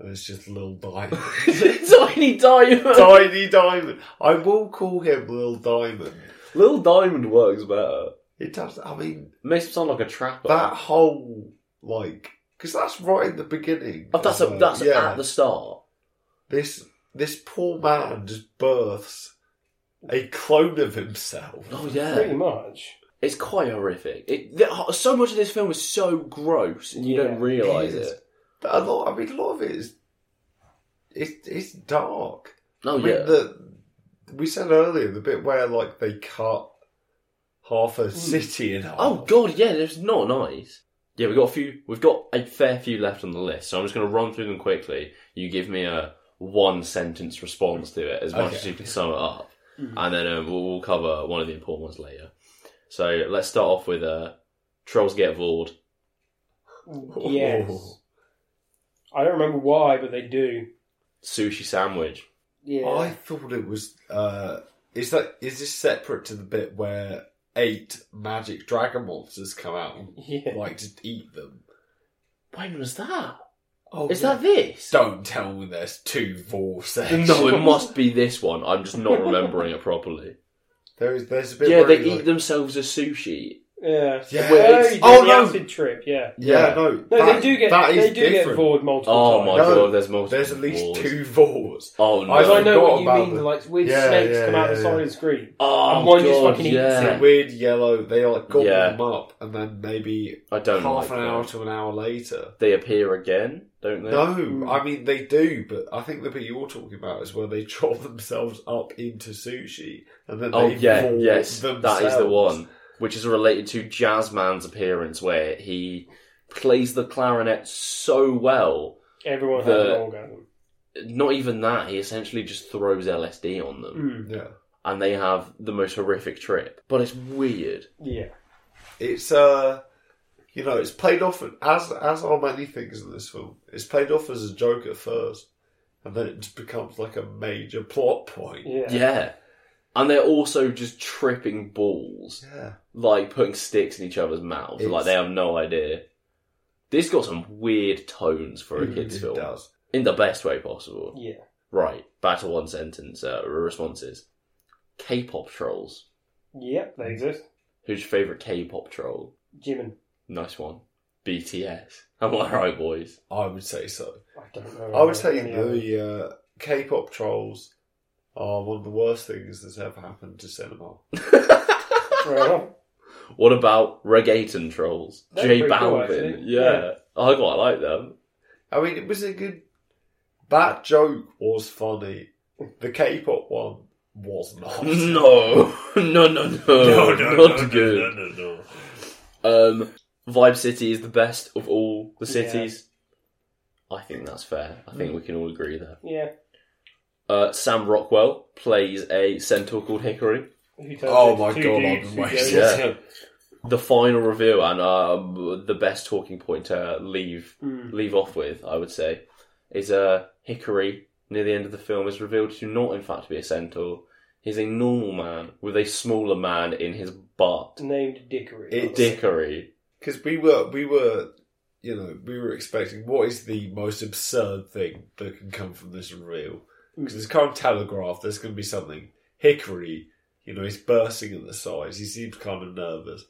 Speaker 1: and it's just Lil Diamond.
Speaker 3: Tiny Diamond!
Speaker 1: Tiny Diamond. I will call him Lil Diamond.
Speaker 3: Little Diamond works better.
Speaker 1: It does. I mean,
Speaker 3: Makes him sound like a trapper.
Speaker 1: that whole like because that's right in the beginning.
Speaker 3: Oh, that's a,
Speaker 1: Uh,
Speaker 3: that's
Speaker 1: yeah.
Speaker 3: at the start.
Speaker 1: this this poor man just births a clone of himself.
Speaker 3: Oh yeah,
Speaker 2: Pretty much.
Speaker 3: it's quite horrific. It, th so much of this film is so gross, and you
Speaker 2: Yeah,
Speaker 3: don't realize
Speaker 1: it
Speaker 3: it.
Speaker 1: is. But a lot. I mean, a lot of it is it's it's dark.
Speaker 3: Oh
Speaker 1: I mean,
Speaker 3: yeah,
Speaker 1: the, we said earlier the bit where like they cut half a city in half.
Speaker 3: Hmm. Oh god, yeah, it's not nice. Yeah, we've got a few. We've got a fair few left on the list, so I'm just going to run through them quickly. You give me a one sentence response to it, as much
Speaker 1: Okay. Mm-hmm.
Speaker 3: as you can sum it up, and then uh, we'll, we'll cover one of the important ones later. So let's start off with uh, trolls get vored. Oh.
Speaker 2: Yes. I don't remember why, but they do.
Speaker 3: Sushi sandwich.
Speaker 2: Yeah.
Speaker 1: I thought it was. Uh, is that is this separate to the bit where eight magic dragon monsters come out and
Speaker 2: Yeah.
Speaker 1: like just eat them?
Speaker 3: When was that?
Speaker 1: Oh,
Speaker 3: Is that this?
Speaker 1: Don't tell me there's two vor sections.
Speaker 3: No, it must be this one. I'm just not remembering it properly.
Speaker 1: There is. There's a bit.
Speaker 3: Yeah,
Speaker 1: where
Speaker 3: they
Speaker 1: he,
Speaker 3: eat
Speaker 1: like-
Speaker 3: themselves as sushi.
Speaker 2: Yeah.
Speaker 1: Yeah.
Speaker 2: Oh,
Speaker 1: It's-
Speaker 2: you did
Speaker 1: oh,
Speaker 2: the
Speaker 1: no.
Speaker 2: acid trip. Yeah.
Speaker 1: Yeah,
Speaker 3: Yeah.
Speaker 1: no.
Speaker 2: No,
Speaker 1: that-
Speaker 2: they do get
Speaker 1: That is
Speaker 2: they do get
Speaker 1: different.
Speaker 2: bored multiple
Speaker 3: Oh
Speaker 2: times.
Speaker 3: my
Speaker 1: No,
Speaker 3: god, there's multiple.
Speaker 1: There's at least
Speaker 3: wars.
Speaker 1: two vors.
Speaker 3: Oh no!
Speaker 1: I
Speaker 2: Because I know
Speaker 1: forgot
Speaker 2: what you
Speaker 1: about
Speaker 2: mean.
Speaker 1: them.
Speaker 2: Like weird
Speaker 1: Yeah,
Speaker 2: snakes
Speaker 1: yeah,
Speaker 2: come out of the
Speaker 1: yeah,
Speaker 2: side
Speaker 1: yeah.
Speaker 2: of the screen.
Speaker 3: Oh,
Speaker 2: and one just
Speaker 3: God,
Speaker 2: fucking eats
Speaker 3: yeah.
Speaker 2: it.
Speaker 1: Weird yellow. They like gobble
Speaker 3: Yeah.
Speaker 1: them up, and then maybe
Speaker 3: I don't
Speaker 1: half
Speaker 3: like
Speaker 1: an hour
Speaker 3: that.
Speaker 1: to an hour later.
Speaker 3: They appear again, don't they?
Speaker 1: No, I mean they do, but I think the bit you're talking about is where they chop themselves up into sushi and then
Speaker 3: Oh
Speaker 1: they
Speaker 3: yeah,
Speaker 1: roll
Speaker 3: yes,
Speaker 1: themselves.
Speaker 3: that is the one, which is related to Jazzman's appearance, where he plays the clarinet so well.
Speaker 2: Everyone
Speaker 3: The-
Speaker 2: has an orgasm.
Speaker 3: Not even that; he essentially just throws LSD on them,
Speaker 2: Mm.
Speaker 1: Yeah,
Speaker 3: and they have the most horrific trip. But it's weird.
Speaker 2: Yeah.
Speaker 1: it's uh, you know, it's played off as as are many things in this film. It's played off as a joke at first, and then it just becomes like a major plot point.
Speaker 2: Yeah.
Speaker 3: Yeah. And they're also just tripping balls,
Speaker 1: Yeah.
Speaker 3: like putting sticks in each other's mouths. Like
Speaker 1: It's-
Speaker 3: they have no idea. This got some weird tones for a kids'
Speaker 1: Mm, it
Speaker 3: film,
Speaker 1: does.
Speaker 3: in the best way possible.
Speaker 2: Yeah.
Speaker 3: Right, back to one sentence. Uh, responses: K-pop trolls.
Speaker 2: Yep. They exist.
Speaker 3: Who's your favorite K-pop troll?
Speaker 2: Jimin.
Speaker 3: Nice one. BTS. Am I right, boys?
Speaker 1: I would say so.
Speaker 2: I don't know.
Speaker 1: I would say
Speaker 2: any other-
Speaker 1: the uh, K-pop trolls are one of the worst things that's ever happened to cinema.
Speaker 2: Well,
Speaker 3: What about reggaeton trolls?
Speaker 2: They're
Speaker 3: J
Speaker 2: pretty cool,
Speaker 3: Balvin.
Speaker 2: actually.
Speaker 3: yeah,
Speaker 2: Yeah.
Speaker 3: I quite like them.
Speaker 1: I mean, it was a good. That joke was funny. The K-pop one was not.
Speaker 3: No, no, no, no,
Speaker 1: no, no, no,
Speaker 3: not
Speaker 1: no,
Speaker 3: good.
Speaker 1: No, no, no.
Speaker 3: Um, Vibe City is the best of all the cities. I think that's fair. I think we can all agree there.
Speaker 2: yeah.
Speaker 3: Uh, Sam Rockwell plays a centaur called Hickory.
Speaker 2: Who turns
Speaker 1: Oh
Speaker 2: into
Speaker 1: my
Speaker 2: two
Speaker 1: god, I've been
Speaker 2: dudes who
Speaker 1: waiting.
Speaker 2: go-
Speaker 3: Yeah. The final review and um, the best talking point to leave
Speaker 2: Mm.
Speaker 3: leave off with, I would say, is uh, Hickory near the end of the film is revealed to not in fact be a centaur. He's a normal man with a smaller man in his butt.
Speaker 2: Named Dickory.
Speaker 1: It-
Speaker 3: Dickory.
Speaker 1: Because we were, we were, you know, we were expecting what is the most absurd thing that can come from this reveal, because it's kind of telegraphed. There's going to be something. Hickory, you know, he's bursting at the sides. He seems kind of nervous,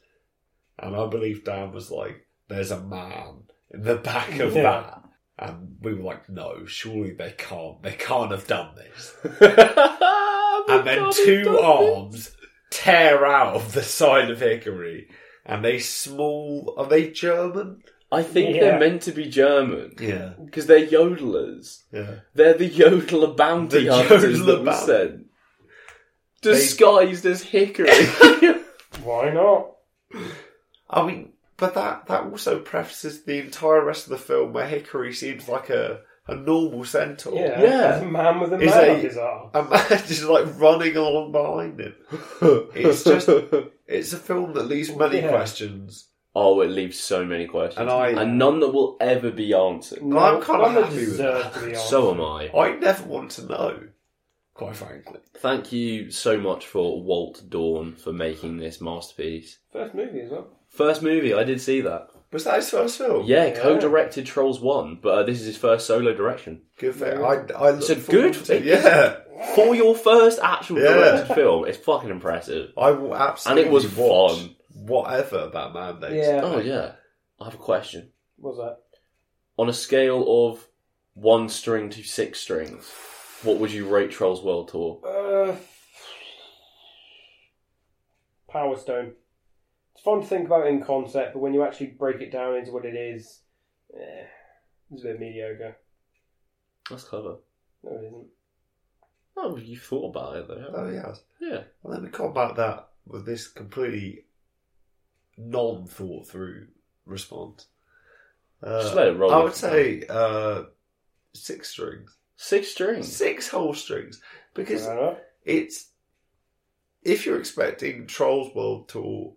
Speaker 1: and I believe Dan was like, "There's a man in the back of
Speaker 2: Yeah.
Speaker 1: that," and we were like, "No, surely they can't. They can't have done this."
Speaker 3: Oh,
Speaker 1: and then
Speaker 2: can't have
Speaker 1: two
Speaker 2: done this.
Speaker 1: arms tear out of the side of Hickory, and they small. Are they German?
Speaker 3: I think
Speaker 1: Yeah.
Speaker 3: they're meant to be German.
Speaker 1: Yeah.
Speaker 3: Because they're yodelers.
Speaker 1: Yeah.
Speaker 3: They're the yodeler bounty
Speaker 1: The
Speaker 3: hunters
Speaker 1: yodeler
Speaker 3: that were
Speaker 1: bounty-
Speaker 3: sent. Disguised as Hickory.
Speaker 2: Why not?
Speaker 1: I mean, but that that also prefaces the entire rest of the film where Hickory seems like a a normal centaur.
Speaker 2: Yeah. A man with a
Speaker 1: Is
Speaker 2: man
Speaker 1: a-
Speaker 2: up his arse.
Speaker 1: A man just like running along behind him. It's just it's a film that leaves many
Speaker 3: Oh, Yeah.
Speaker 1: questions.
Speaker 3: Oh, it leaves so many questions.
Speaker 1: And I-
Speaker 3: and none that will ever be answered.
Speaker 1: And I'm kind of
Speaker 2: none that
Speaker 1: happy with
Speaker 2: deserve
Speaker 1: that.
Speaker 2: to be
Speaker 3: So am I.
Speaker 1: I never want to know, quite frankly.
Speaker 3: Thank you so much for Walt Dawn for making this masterpiece.
Speaker 2: First movie as well.
Speaker 3: First movie, I did see that.
Speaker 1: Was that his first film?
Speaker 3: Yeah, co-directed Trolls One, but uh, this is his first solo direction.
Speaker 1: Good thing. I, I
Speaker 3: It's
Speaker 1: look
Speaker 3: a
Speaker 1: forward
Speaker 3: good
Speaker 1: to- yeah.
Speaker 3: for your first actual
Speaker 1: Yeah.
Speaker 3: directed film. It's fucking impressive.
Speaker 1: I will absolutely
Speaker 3: and it was
Speaker 1: watch
Speaker 3: fun.
Speaker 1: whatever that man makes.
Speaker 2: Yeah.
Speaker 3: Oh yeah. I have a question.
Speaker 2: What was that?
Speaker 3: On a scale of one string to six strings, what would you rate Trolls World Tour?
Speaker 2: Uh, Power Stone. It's fun to think about in concept, but when you actually break it down into what it is, eh, it's a bit mediocre.
Speaker 3: That's clever.
Speaker 2: No, it isn't.
Speaker 3: Oh, you thought about it though. haven't
Speaker 1: Oh
Speaker 3: you?
Speaker 1: yes.
Speaker 3: Yeah.
Speaker 1: Well, let me combat that with this completely non thought through response. Uh,
Speaker 3: Just let it roll
Speaker 1: I
Speaker 3: off
Speaker 1: would
Speaker 3: the
Speaker 1: say uh, six strings,
Speaker 3: Six strings.
Speaker 1: six whole strings, because
Speaker 2: Fair enough.
Speaker 1: it's if you're expecting Trolls World Tour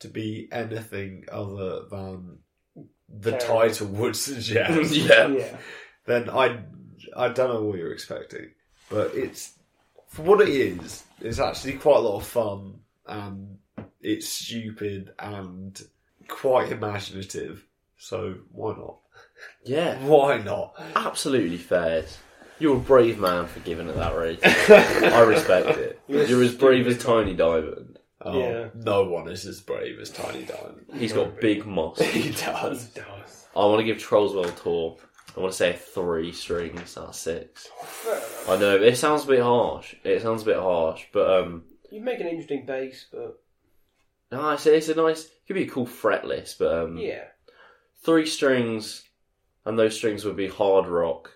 Speaker 1: to be anything other than the
Speaker 2: Terrible.
Speaker 1: title would suggest,
Speaker 3: Yeah.
Speaker 2: Yeah.
Speaker 1: then I I don't know what you're expecting, but it's for what it is. It's actually quite a lot of fun, and it's stupid and quite imaginative. So why not?
Speaker 3: Yeah.
Speaker 1: Why not?
Speaker 3: Absolutely fair. You're a brave man for giving it that rating. I respect it. You're as brave as Tiny Diamond.
Speaker 1: Oh,
Speaker 2: Yeah.
Speaker 1: No one is as brave as Tiny Diamond.
Speaker 3: He's got big moss.
Speaker 1: He does.
Speaker 2: does.
Speaker 3: I want to give Trolls World Tour. I want to say three strings out of six. I know it sounds a bit harsh. It sounds a bit harsh, but um,
Speaker 2: You make an interesting base, but
Speaker 3: no, it's, it's a nice. It could be a cool fret list, but um,
Speaker 2: yeah.
Speaker 3: three strings, and those strings would be hard rock,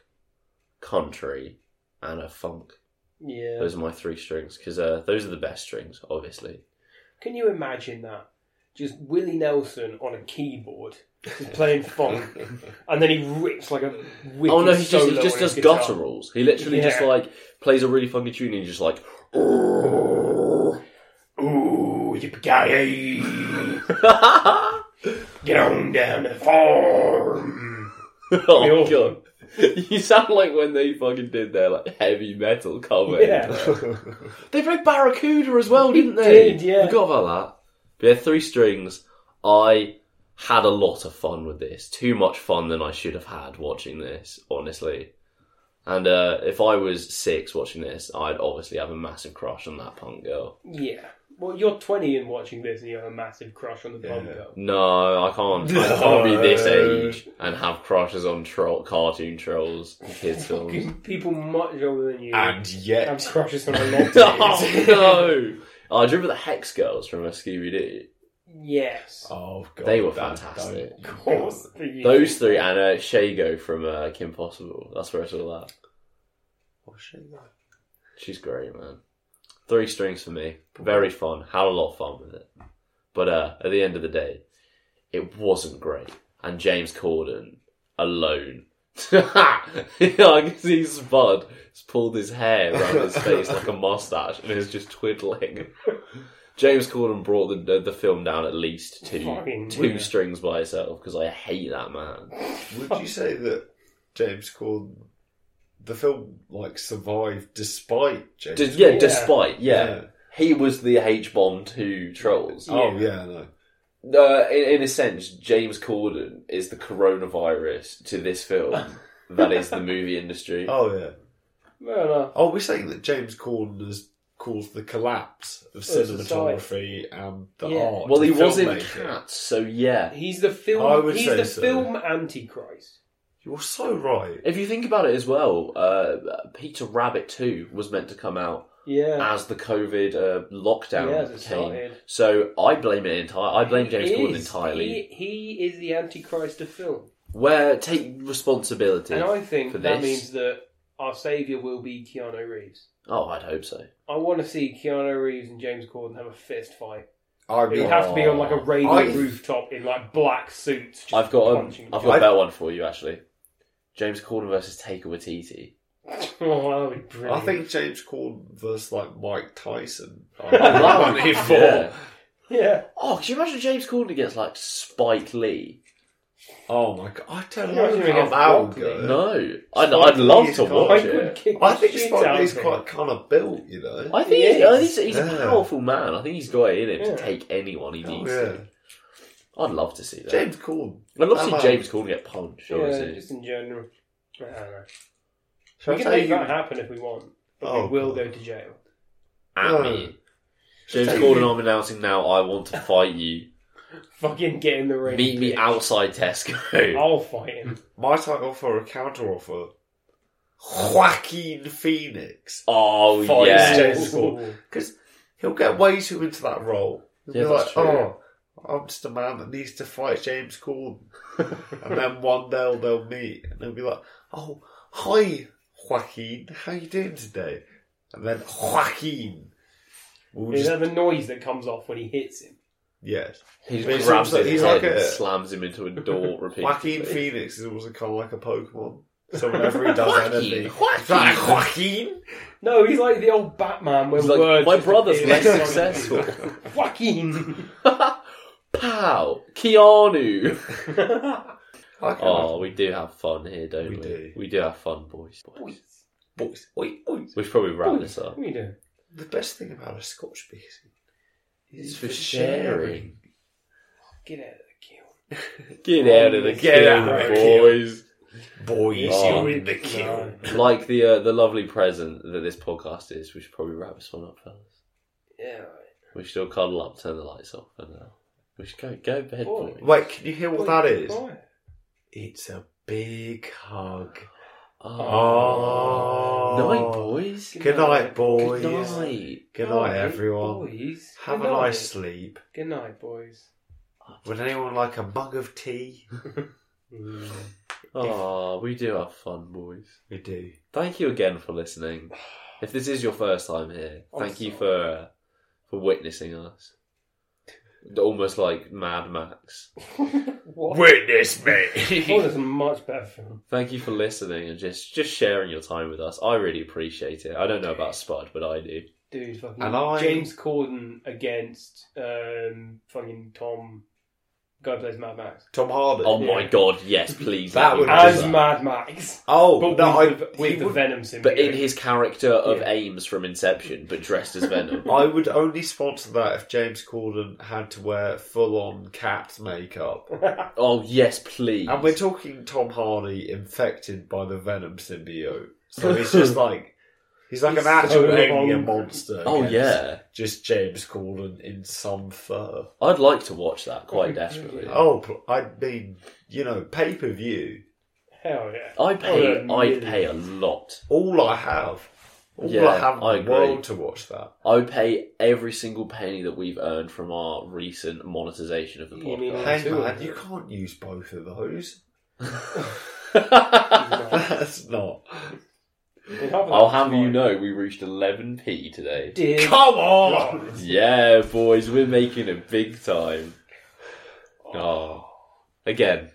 Speaker 3: country, and a funk.
Speaker 2: Yeah.
Speaker 3: Those are my three strings because uh, those are the best strings, obviously.
Speaker 2: Can you imagine that? Just Willie Nelson on a keyboard, just playing funk, and then he rips like a wicked
Speaker 3: oh no, he just
Speaker 2: solo
Speaker 3: he just
Speaker 2: on his
Speaker 3: does
Speaker 2: guitar.
Speaker 3: gutturals. He literally just
Speaker 2: Yeah.
Speaker 3: like plays a really funky tune and just like
Speaker 1: Ooh, yippee
Speaker 2: Get on down the farm.
Speaker 3: Oh
Speaker 2: all-
Speaker 3: god. You sound like when they fucking did their like heavy metal cover.
Speaker 2: Yeah.
Speaker 3: They played Barracuda as well, didn't they?
Speaker 2: did, yeah.
Speaker 3: Forgot about that. But yeah, three strings. I had a lot of fun with this. Too much fun than I should have had watching this, honestly. And uh, if I was six watching this, I'd obviously have a massive crush on that punk girl.
Speaker 2: Yeah. Well, you're 20 and watching this, and you have a massive crush on the punk
Speaker 1: Yeah.
Speaker 2: girl.
Speaker 3: No, I can't. I can't be this age and have crushes on troll, cartoon trolls, and kids films.
Speaker 2: People much older than you
Speaker 1: And
Speaker 2: have
Speaker 1: yet,
Speaker 2: crushes on a lot. of
Speaker 3: oh
Speaker 2: kids.
Speaker 3: no! Oh, I remember the Hex Girls from uh, Scooby Doo.
Speaker 2: yes.
Speaker 1: oh god,
Speaker 3: They were
Speaker 1: that-
Speaker 3: fantastic.
Speaker 1: that-
Speaker 2: Of course. for you.
Speaker 3: Those three and uh, Shago from uh, Kim Possible. That's where I saw that.
Speaker 1: Oh, shit, no.
Speaker 3: She's great, man. Three strings for me. Very fun. Had a lot of fun with it. But uh, at the end of the day, it wasn't great. And James Corden alone. I can see Spud has pulled his hair around his face like a mustache and is just twiddling. James Corden brought the, the the film down at least two
Speaker 2: Fucking
Speaker 3: two
Speaker 2: weird.
Speaker 3: strings by itself because I hate that man.
Speaker 1: Would you say that James Corden, the film, like survived despite James?
Speaker 3: D- yeah,
Speaker 2: Yeah.
Speaker 3: despite yeah,
Speaker 1: Yeah.
Speaker 3: he was the H bomb two trolls.
Speaker 1: Oh yeah, no.
Speaker 3: Uh, in, in a sense, James Corden is the coronavirus to this film that is the movie industry.
Speaker 1: Oh yeah.
Speaker 2: Fair enough.
Speaker 1: Are we saying that James Corden has caused the collapse of
Speaker 2: society.
Speaker 1: cinematography and the
Speaker 2: Yeah.
Speaker 1: art?
Speaker 3: Well, he
Speaker 1: and
Speaker 3: was in
Speaker 1: filmmaking?
Speaker 3: Cats, so yeah.
Speaker 2: uh, He's the film.
Speaker 1: I would
Speaker 2: he's
Speaker 1: say
Speaker 2: the
Speaker 1: so.
Speaker 2: film antichrist.
Speaker 1: You're so right.
Speaker 3: If you think about it as well, uh, Peter Rabbit 2 was meant to come out
Speaker 2: Yeah.
Speaker 3: as the COVID uh, lockdown
Speaker 2: Yeah, as it
Speaker 3: came.
Speaker 2: started.
Speaker 3: So I blame it entirely. I blame James
Speaker 2: He
Speaker 3: Corden
Speaker 2: is.
Speaker 3: entirely.
Speaker 2: He, he is the antichrist of film,
Speaker 3: Where take responsibility.
Speaker 2: and I think
Speaker 3: for
Speaker 2: that
Speaker 3: this.
Speaker 2: means that our savior will be Keanu Reeves.
Speaker 3: Oh, I'd hope so.
Speaker 2: I want to see Keanu Reeves and James Corden have a fist fight.
Speaker 1: I
Speaker 2: It
Speaker 1: mean,
Speaker 2: would have to be on like a radio
Speaker 1: Oh. I-
Speaker 2: rooftop in like black suits. Just
Speaker 3: I've got um,
Speaker 2: punching
Speaker 3: I've got
Speaker 2: each
Speaker 3: a better one for you actually. James Corden versus Taika Waititi.
Speaker 2: other. Oh, that would be
Speaker 1: I
Speaker 2: brilliant.
Speaker 1: think James Corden versus like Mike Tyson.
Speaker 3: That
Speaker 1: I'm
Speaker 3: one-
Speaker 1: here for.
Speaker 3: yeah.
Speaker 2: yeah.
Speaker 3: Oh, can you imagine James Corden against like Spike Lee?
Speaker 1: Oh my god, I don't
Speaker 2: You're
Speaker 1: know
Speaker 2: arguing
Speaker 1: how
Speaker 2: against
Speaker 1: that would
Speaker 2: Rock
Speaker 1: go.
Speaker 2: Lee.
Speaker 3: No, I'd,
Speaker 1: Spike
Speaker 3: I'd love
Speaker 1: Lee's
Speaker 3: to
Speaker 1: got-
Speaker 3: watch
Speaker 2: I would
Speaker 3: it.
Speaker 2: kick
Speaker 1: I think
Speaker 2: the shit
Speaker 1: Spike
Speaker 2: out
Speaker 1: Lee's
Speaker 2: of him.
Speaker 1: quite kind of built, you know.
Speaker 3: I think
Speaker 2: He
Speaker 3: he's, I think
Speaker 2: is.
Speaker 3: he's, he's
Speaker 1: Yeah.
Speaker 3: a powerful man. I think he's got it in him
Speaker 2: Yeah.
Speaker 3: to take anyone he
Speaker 1: Oh,
Speaker 3: needs
Speaker 1: yeah.
Speaker 3: to. I'd love to see that.
Speaker 1: James Corden.
Speaker 3: I'd love to
Speaker 1: How
Speaker 3: see
Speaker 1: about-
Speaker 3: James Corden get punched.
Speaker 2: Yeah,
Speaker 3: Obviously.
Speaker 2: just in general. I don't know.
Speaker 1: Shall I
Speaker 2: we can
Speaker 1: tell
Speaker 2: make
Speaker 1: you-
Speaker 2: that happen if we want, but
Speaker 1: Oh,
Speaker 2: we will
Speaker 1: God.
Speaker 2: go to jail.
Speaker 3: At
Speaker 1: No.
Speaker 3: me. James
Speaker 1: Shall I tell you-
Speaker 3: Corden, I'm announcing now. I want to fight you.
Speaker 2: Fucking get in the ring.
Speaker 3: Meet me
Speaker 2: bitch.
Speaker 3: outside Tesco.
Speaker 2: I'll fight him.
Speaker 1: My title for a counter offer Joaquin Phoenix.
Speaker 3: Oh,
Speaker 1: Fight
Speaker 3: yeah.
Speaker 1: James Corden. Because he'll get way too into that role. He'll
Speaker 3: Yeah,
Speaker 1: be
Speaker 3: that's
Speaker 1: like,
Speaker 3: true.
Speaker 1: oh, I'm just a man that needs to fight James Corden. and then one day they'll, they'll meet and they'll be like, oh, hi, Joaquin. How you doing today? And then Joaquin will
Speaker 2: Is
Speaker 1: just.
Speaker 2: that the noise that comes off when he hits him?
Speaker 1: Yes.
Speaker 3: He
Speaker 1: But it
Speaker 3: just grabs
Speaker 1: seems like-
Speaker 3: his
Speaker 1: he's
Speaker 3: head
Speaker 1: like
Speaker 3: and
Speaker 1: a-
Speaker 3: slams him into a door repeatedly.
Speaker 1: Joaquin Phoenix is also kind of like a Pokemon. So whenever he does
Speaker 3: Joaquin,
Speaker 1: anything,
Speaker 3: Joaquin.
Speaker 1: it's like, Joaquin.
Speaker 2: No, he's like the old Batman when
Speaker 3: He's like,
Speaker 2: words.
Speaker 3: my
Speaker 2: just
Speaker 3: brother's
Speaker 2: appear
Speaker 3: less
Speaker 2: in front of
Speaker 3: successful.
Speaker 2: you. Joaquin.
Speaker 3: Pow! Keanu!
Speaker 1: I kind
Speaker 3: Oh, we do have fun here, don't we?
Speaker 1: We do.
Speaker 3: We do have fun, boys. boys.
Speaker 1: boys, oi, oi.
Speaker 3: We should probably wrap this up.
Speaker 2: What are you doing?
Speaker 1: The best thing about a Scotch biscuit
Speaker 3: It's for sharing.
Speaker 2: Get out of the queue.
Speaker 3: Get out of the
Speaker 1: Get out of the
Speaker 3: kiln,
Speaker 1: kiln.
Speaker 3: boys.
Speaker 1: Boys,
Speaker 3: Oh.
Speaker 1: you're in the queue.
Speaker 3: Like the uh, the lovely present that this podcast is, we should probably wrap this one up, fellas.
Speaker 2: Yeah. right.
Speaker 3: We should all cuddle up, turn the lights off, and uh, we should go go to bed,
Speaker 2: Oh.
Speaker 3: boys.
Speaker 1: Wait, can you hear what that is?
Speaker 2: Why?
Speaker 1: It's a big hug.
Speaker 3: Oh. Ah. Night,
Speaker 1: Oh.
Speaker 3: boys.
Speaker 1: Good night, boys.
Speaker 3: Good night.
Speaker 1: Good night, everyone.
Speaker 2: Boys.
Speaker 1: Have
Speaker 2: Good
Speaker 1: a
Speaker 2: night.
Speaker 1: nice sleep.
Speaker 2: Good night, boys.
Speaker 1: Would anyone like a mug of tea?
Speaker 3: Oh, we do have fun, boys.
Speaker 1: We do.
Speaker 3: Thank you again for listening. If this is your first time here,
Speaker 2: I'm
Speaker 3: thank you
Speaker 2: sorry.
Speaker 3: for uh, for witnessing us. Almost like Mad Max.
Speaker 2: What?
Speaker 1: Witness
Speaker 2: Oh,
Speaker 1: me.
Speaker 2: that's a much better film.
Speaker 3: Thank you for listening and just just sharing your time with us. I really appreciate it. I don't know about Spud, but I do.
Speaker 2: Dude, fucking
Speaker 1: And I-
Speaker 2: James Corden against um, fucking Tom, guy who plays Mad Max.
Speaker 1: Tom Hardy.
Speaker 3: Oh my
Speaker 2: Yeah.
Speaker 3: god, yes, please.
Speaker 1: That
Speaker 3: let me
Speaker 1: would
Speaker 3: do
Speaker 1: be-
Speaker 2: As
Speaker 3: that.
Speaker 2: Mad Max.
Speaker 1: Oh,
Speaker 2: But
Speaker 1: no,
Speaker 2: with,
Speaker 1: I,
Speaker 2: the,
Speaker 1: he
Speaker 2: with the
Speaker 1: would-
Speaker 2: Venom symbiote.
Speaker 3: But in his character of
Speaker 2: Yeah.
Speaker 3: Ames from Inception, but dressed as Venom.
Speaker 1: I would only sponsor that if James Corden had to wear full on cat makeup.
Speaker 3: oh yes, please.
Speaker 1: And we're talking Tom Hardy infected by the Venom symbiote. So he's just like he's like
Speaker 2: He's
Speaker 1: an actual
Speaker 2: so
Speaker 1: alien
Speaker 2: wrong.
Speaker 1: monster.
Speaker 3: Oh
Speaker 1: against
Speaker 3: yeah.
Speaker 1: Just James Corden in some fur.
Speaker 3: I'd like to watch that quite desperately.
Speaker 1: Oh, pl- I mean, you know, pay per view.
Speaker 2: Hell yeah.
Speaker 3: I pay.
Speaker 2: Oh, yeah,
Speaker 3: I
Speaker 2: millions.
Speaker 3: pay a lot.
Speaker 1: All I have, all
Speaker 3: Yeah,
Speaker 1: I have in
Speaker 3: I
Speaker 1: the
Speaker 3: agree.
Speaker 1: world to watch that.
Speaker 3: I would pay every single penny that we've earned from our recent monetization of the
Speaker 2: You mean-
Speaker 3: podcast.
Speaker 1: hey
Speaker 2: too,
Speaker 1: man,
Speaker 2: isn't
Speaker 1: you
Speaker 2: it?
Speaker 1: can't use both of those.
Speaker 2: Nice.
Speaker 1: That's not.
Speaker 2: We'll have that
Speaker 3: I'll have you
Speaker 2: tomorrow.
Speaker 3: know we reached 11p today.
Speaker 2: Dear
Speaker 1: Come on.
Speaker 3: Yeah, boys, we're making it big time. Oh, again,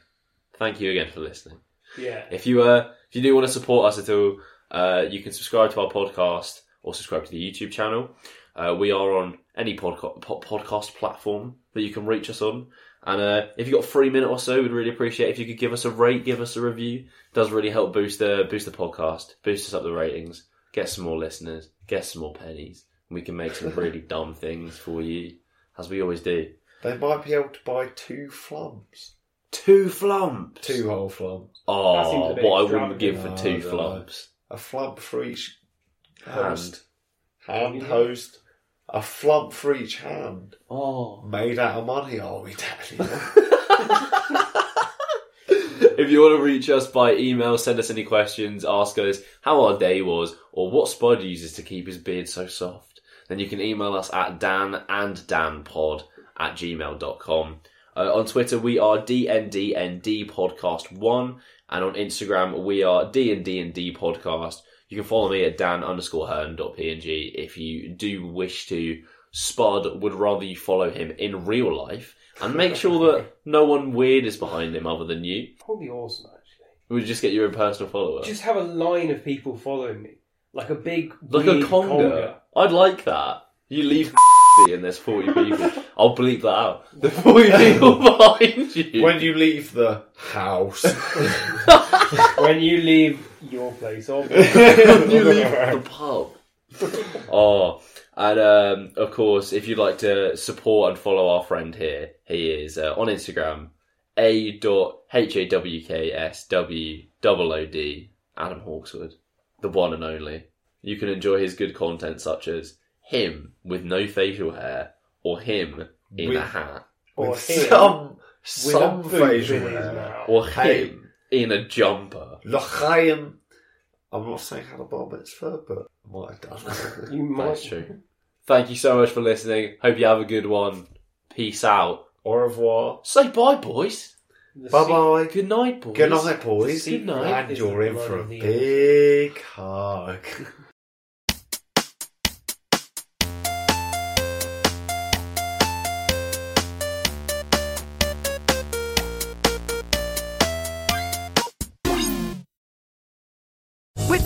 Speaker 3: thank you again for listening.
Speaker 2: Yeah.
Speaker 3: If you uh, if you do want to support us at all, uh, you can subscribe to our podcast or subscribe to the YouTube channel. Uh, we are on any podca- po- podcast platform that you can reach us on. And uh, if you have got a free minute or so, we'd really appreciate if you could give us a rate, give us a review. It does really help boost the boost the podcast, boost us up the ratings, get some more listeners, get some more pennies. And we can make some really dumb things for you, as we always do.
Speaker 1: They might be able to buy two flumps,
Speaker 3: Two flumps.
Speaker 1: two whole flumps.
Speaker 3: Oh,
Speaker 2: That seems a bit
Speaker 3: what I wouldn't
Speaker 2: extravagant. Oh,
Speaker 3: give for
Speaker 1: No,
Speaker 3: two
Speaker 1: no.
Speaker 3: flumps.
Speaker 1: a flump for each
Speaker 3: Hand.
Speaker 1: host. Hand, host. A flump for each hand.
Speaker 3: Oh.
Speaker 1: Made out of money, are we, Daddy?
Speaker 3: If you want to reach us by email, send us any questions, ask us how our day was, or what Spud uses to keep his beard so soft, then you can email us at dan and danpod at gmail.com. Uh, on Twitter, we are DNDND Podcast 1, and on Instagram, we are DNDND Podcast. You can follow me at dan underscore hearn.png if you do wish to. Spud would rather you follow him in real life and make sure that no one weird is behind him other than you.
Speaker 2: Probably awesome. Actually.
Speaker 3: We just get your own personal follower.
Speaker 2: Just have a line of people following me, like a big
Speaker 3: like
Speaker 2: weird
Speaker 3: a conga.
Speaker 2: conga.
Speaker 3: I'd like that. You leave and there's 40 people. I'll bleep that out. The 40 people behind you.
Speaker 1: when you leave the house.
Speaker 2: when you leave your place,
Speaker 3: when you leave the pub. Oh, and um, of course, if you'd like to support and follow our friend here, he is uh, on Instagram, a.hawksw Adam Hawkswood, the one and only. You can enjoy his good content, such as him with no facial hair, or him in
Speaker 1: With-
Speaker 3: a hat,
Speaker 1: Or
Speaker 2: With him
Speaker 1: some
Speaker 2: with a
Speaker 1: some
Speaker 2: boot
Speaker 1: facial
Speaker 2: in his
Speaker 1: hair.
Speaker 2: mouth.
Speaker 3: or
Speaker 1: Hey.
Speaker 3: him in a jumper.
Speaker 1: L'chaim. I'm not saying had a bar mitzvah, but I might have done that.
Speaker 2: you might.
Speaker 3: That's true. Thank you so much for listening. Hope you have a good one. Peace out.
Speaker 1: Au revoir.
Speaker 3: Say bye, boys.
Speaker 2: The
Speaker 1: Bye bye.
Speaker 3: Good night, boys.
Speaker 1: Good night, boys.
Speaker 3: Good night.
Speaker 1: And you're in for a
Speaker 2: Bloody-
Speaker 1: big hug.
Speaker 5: With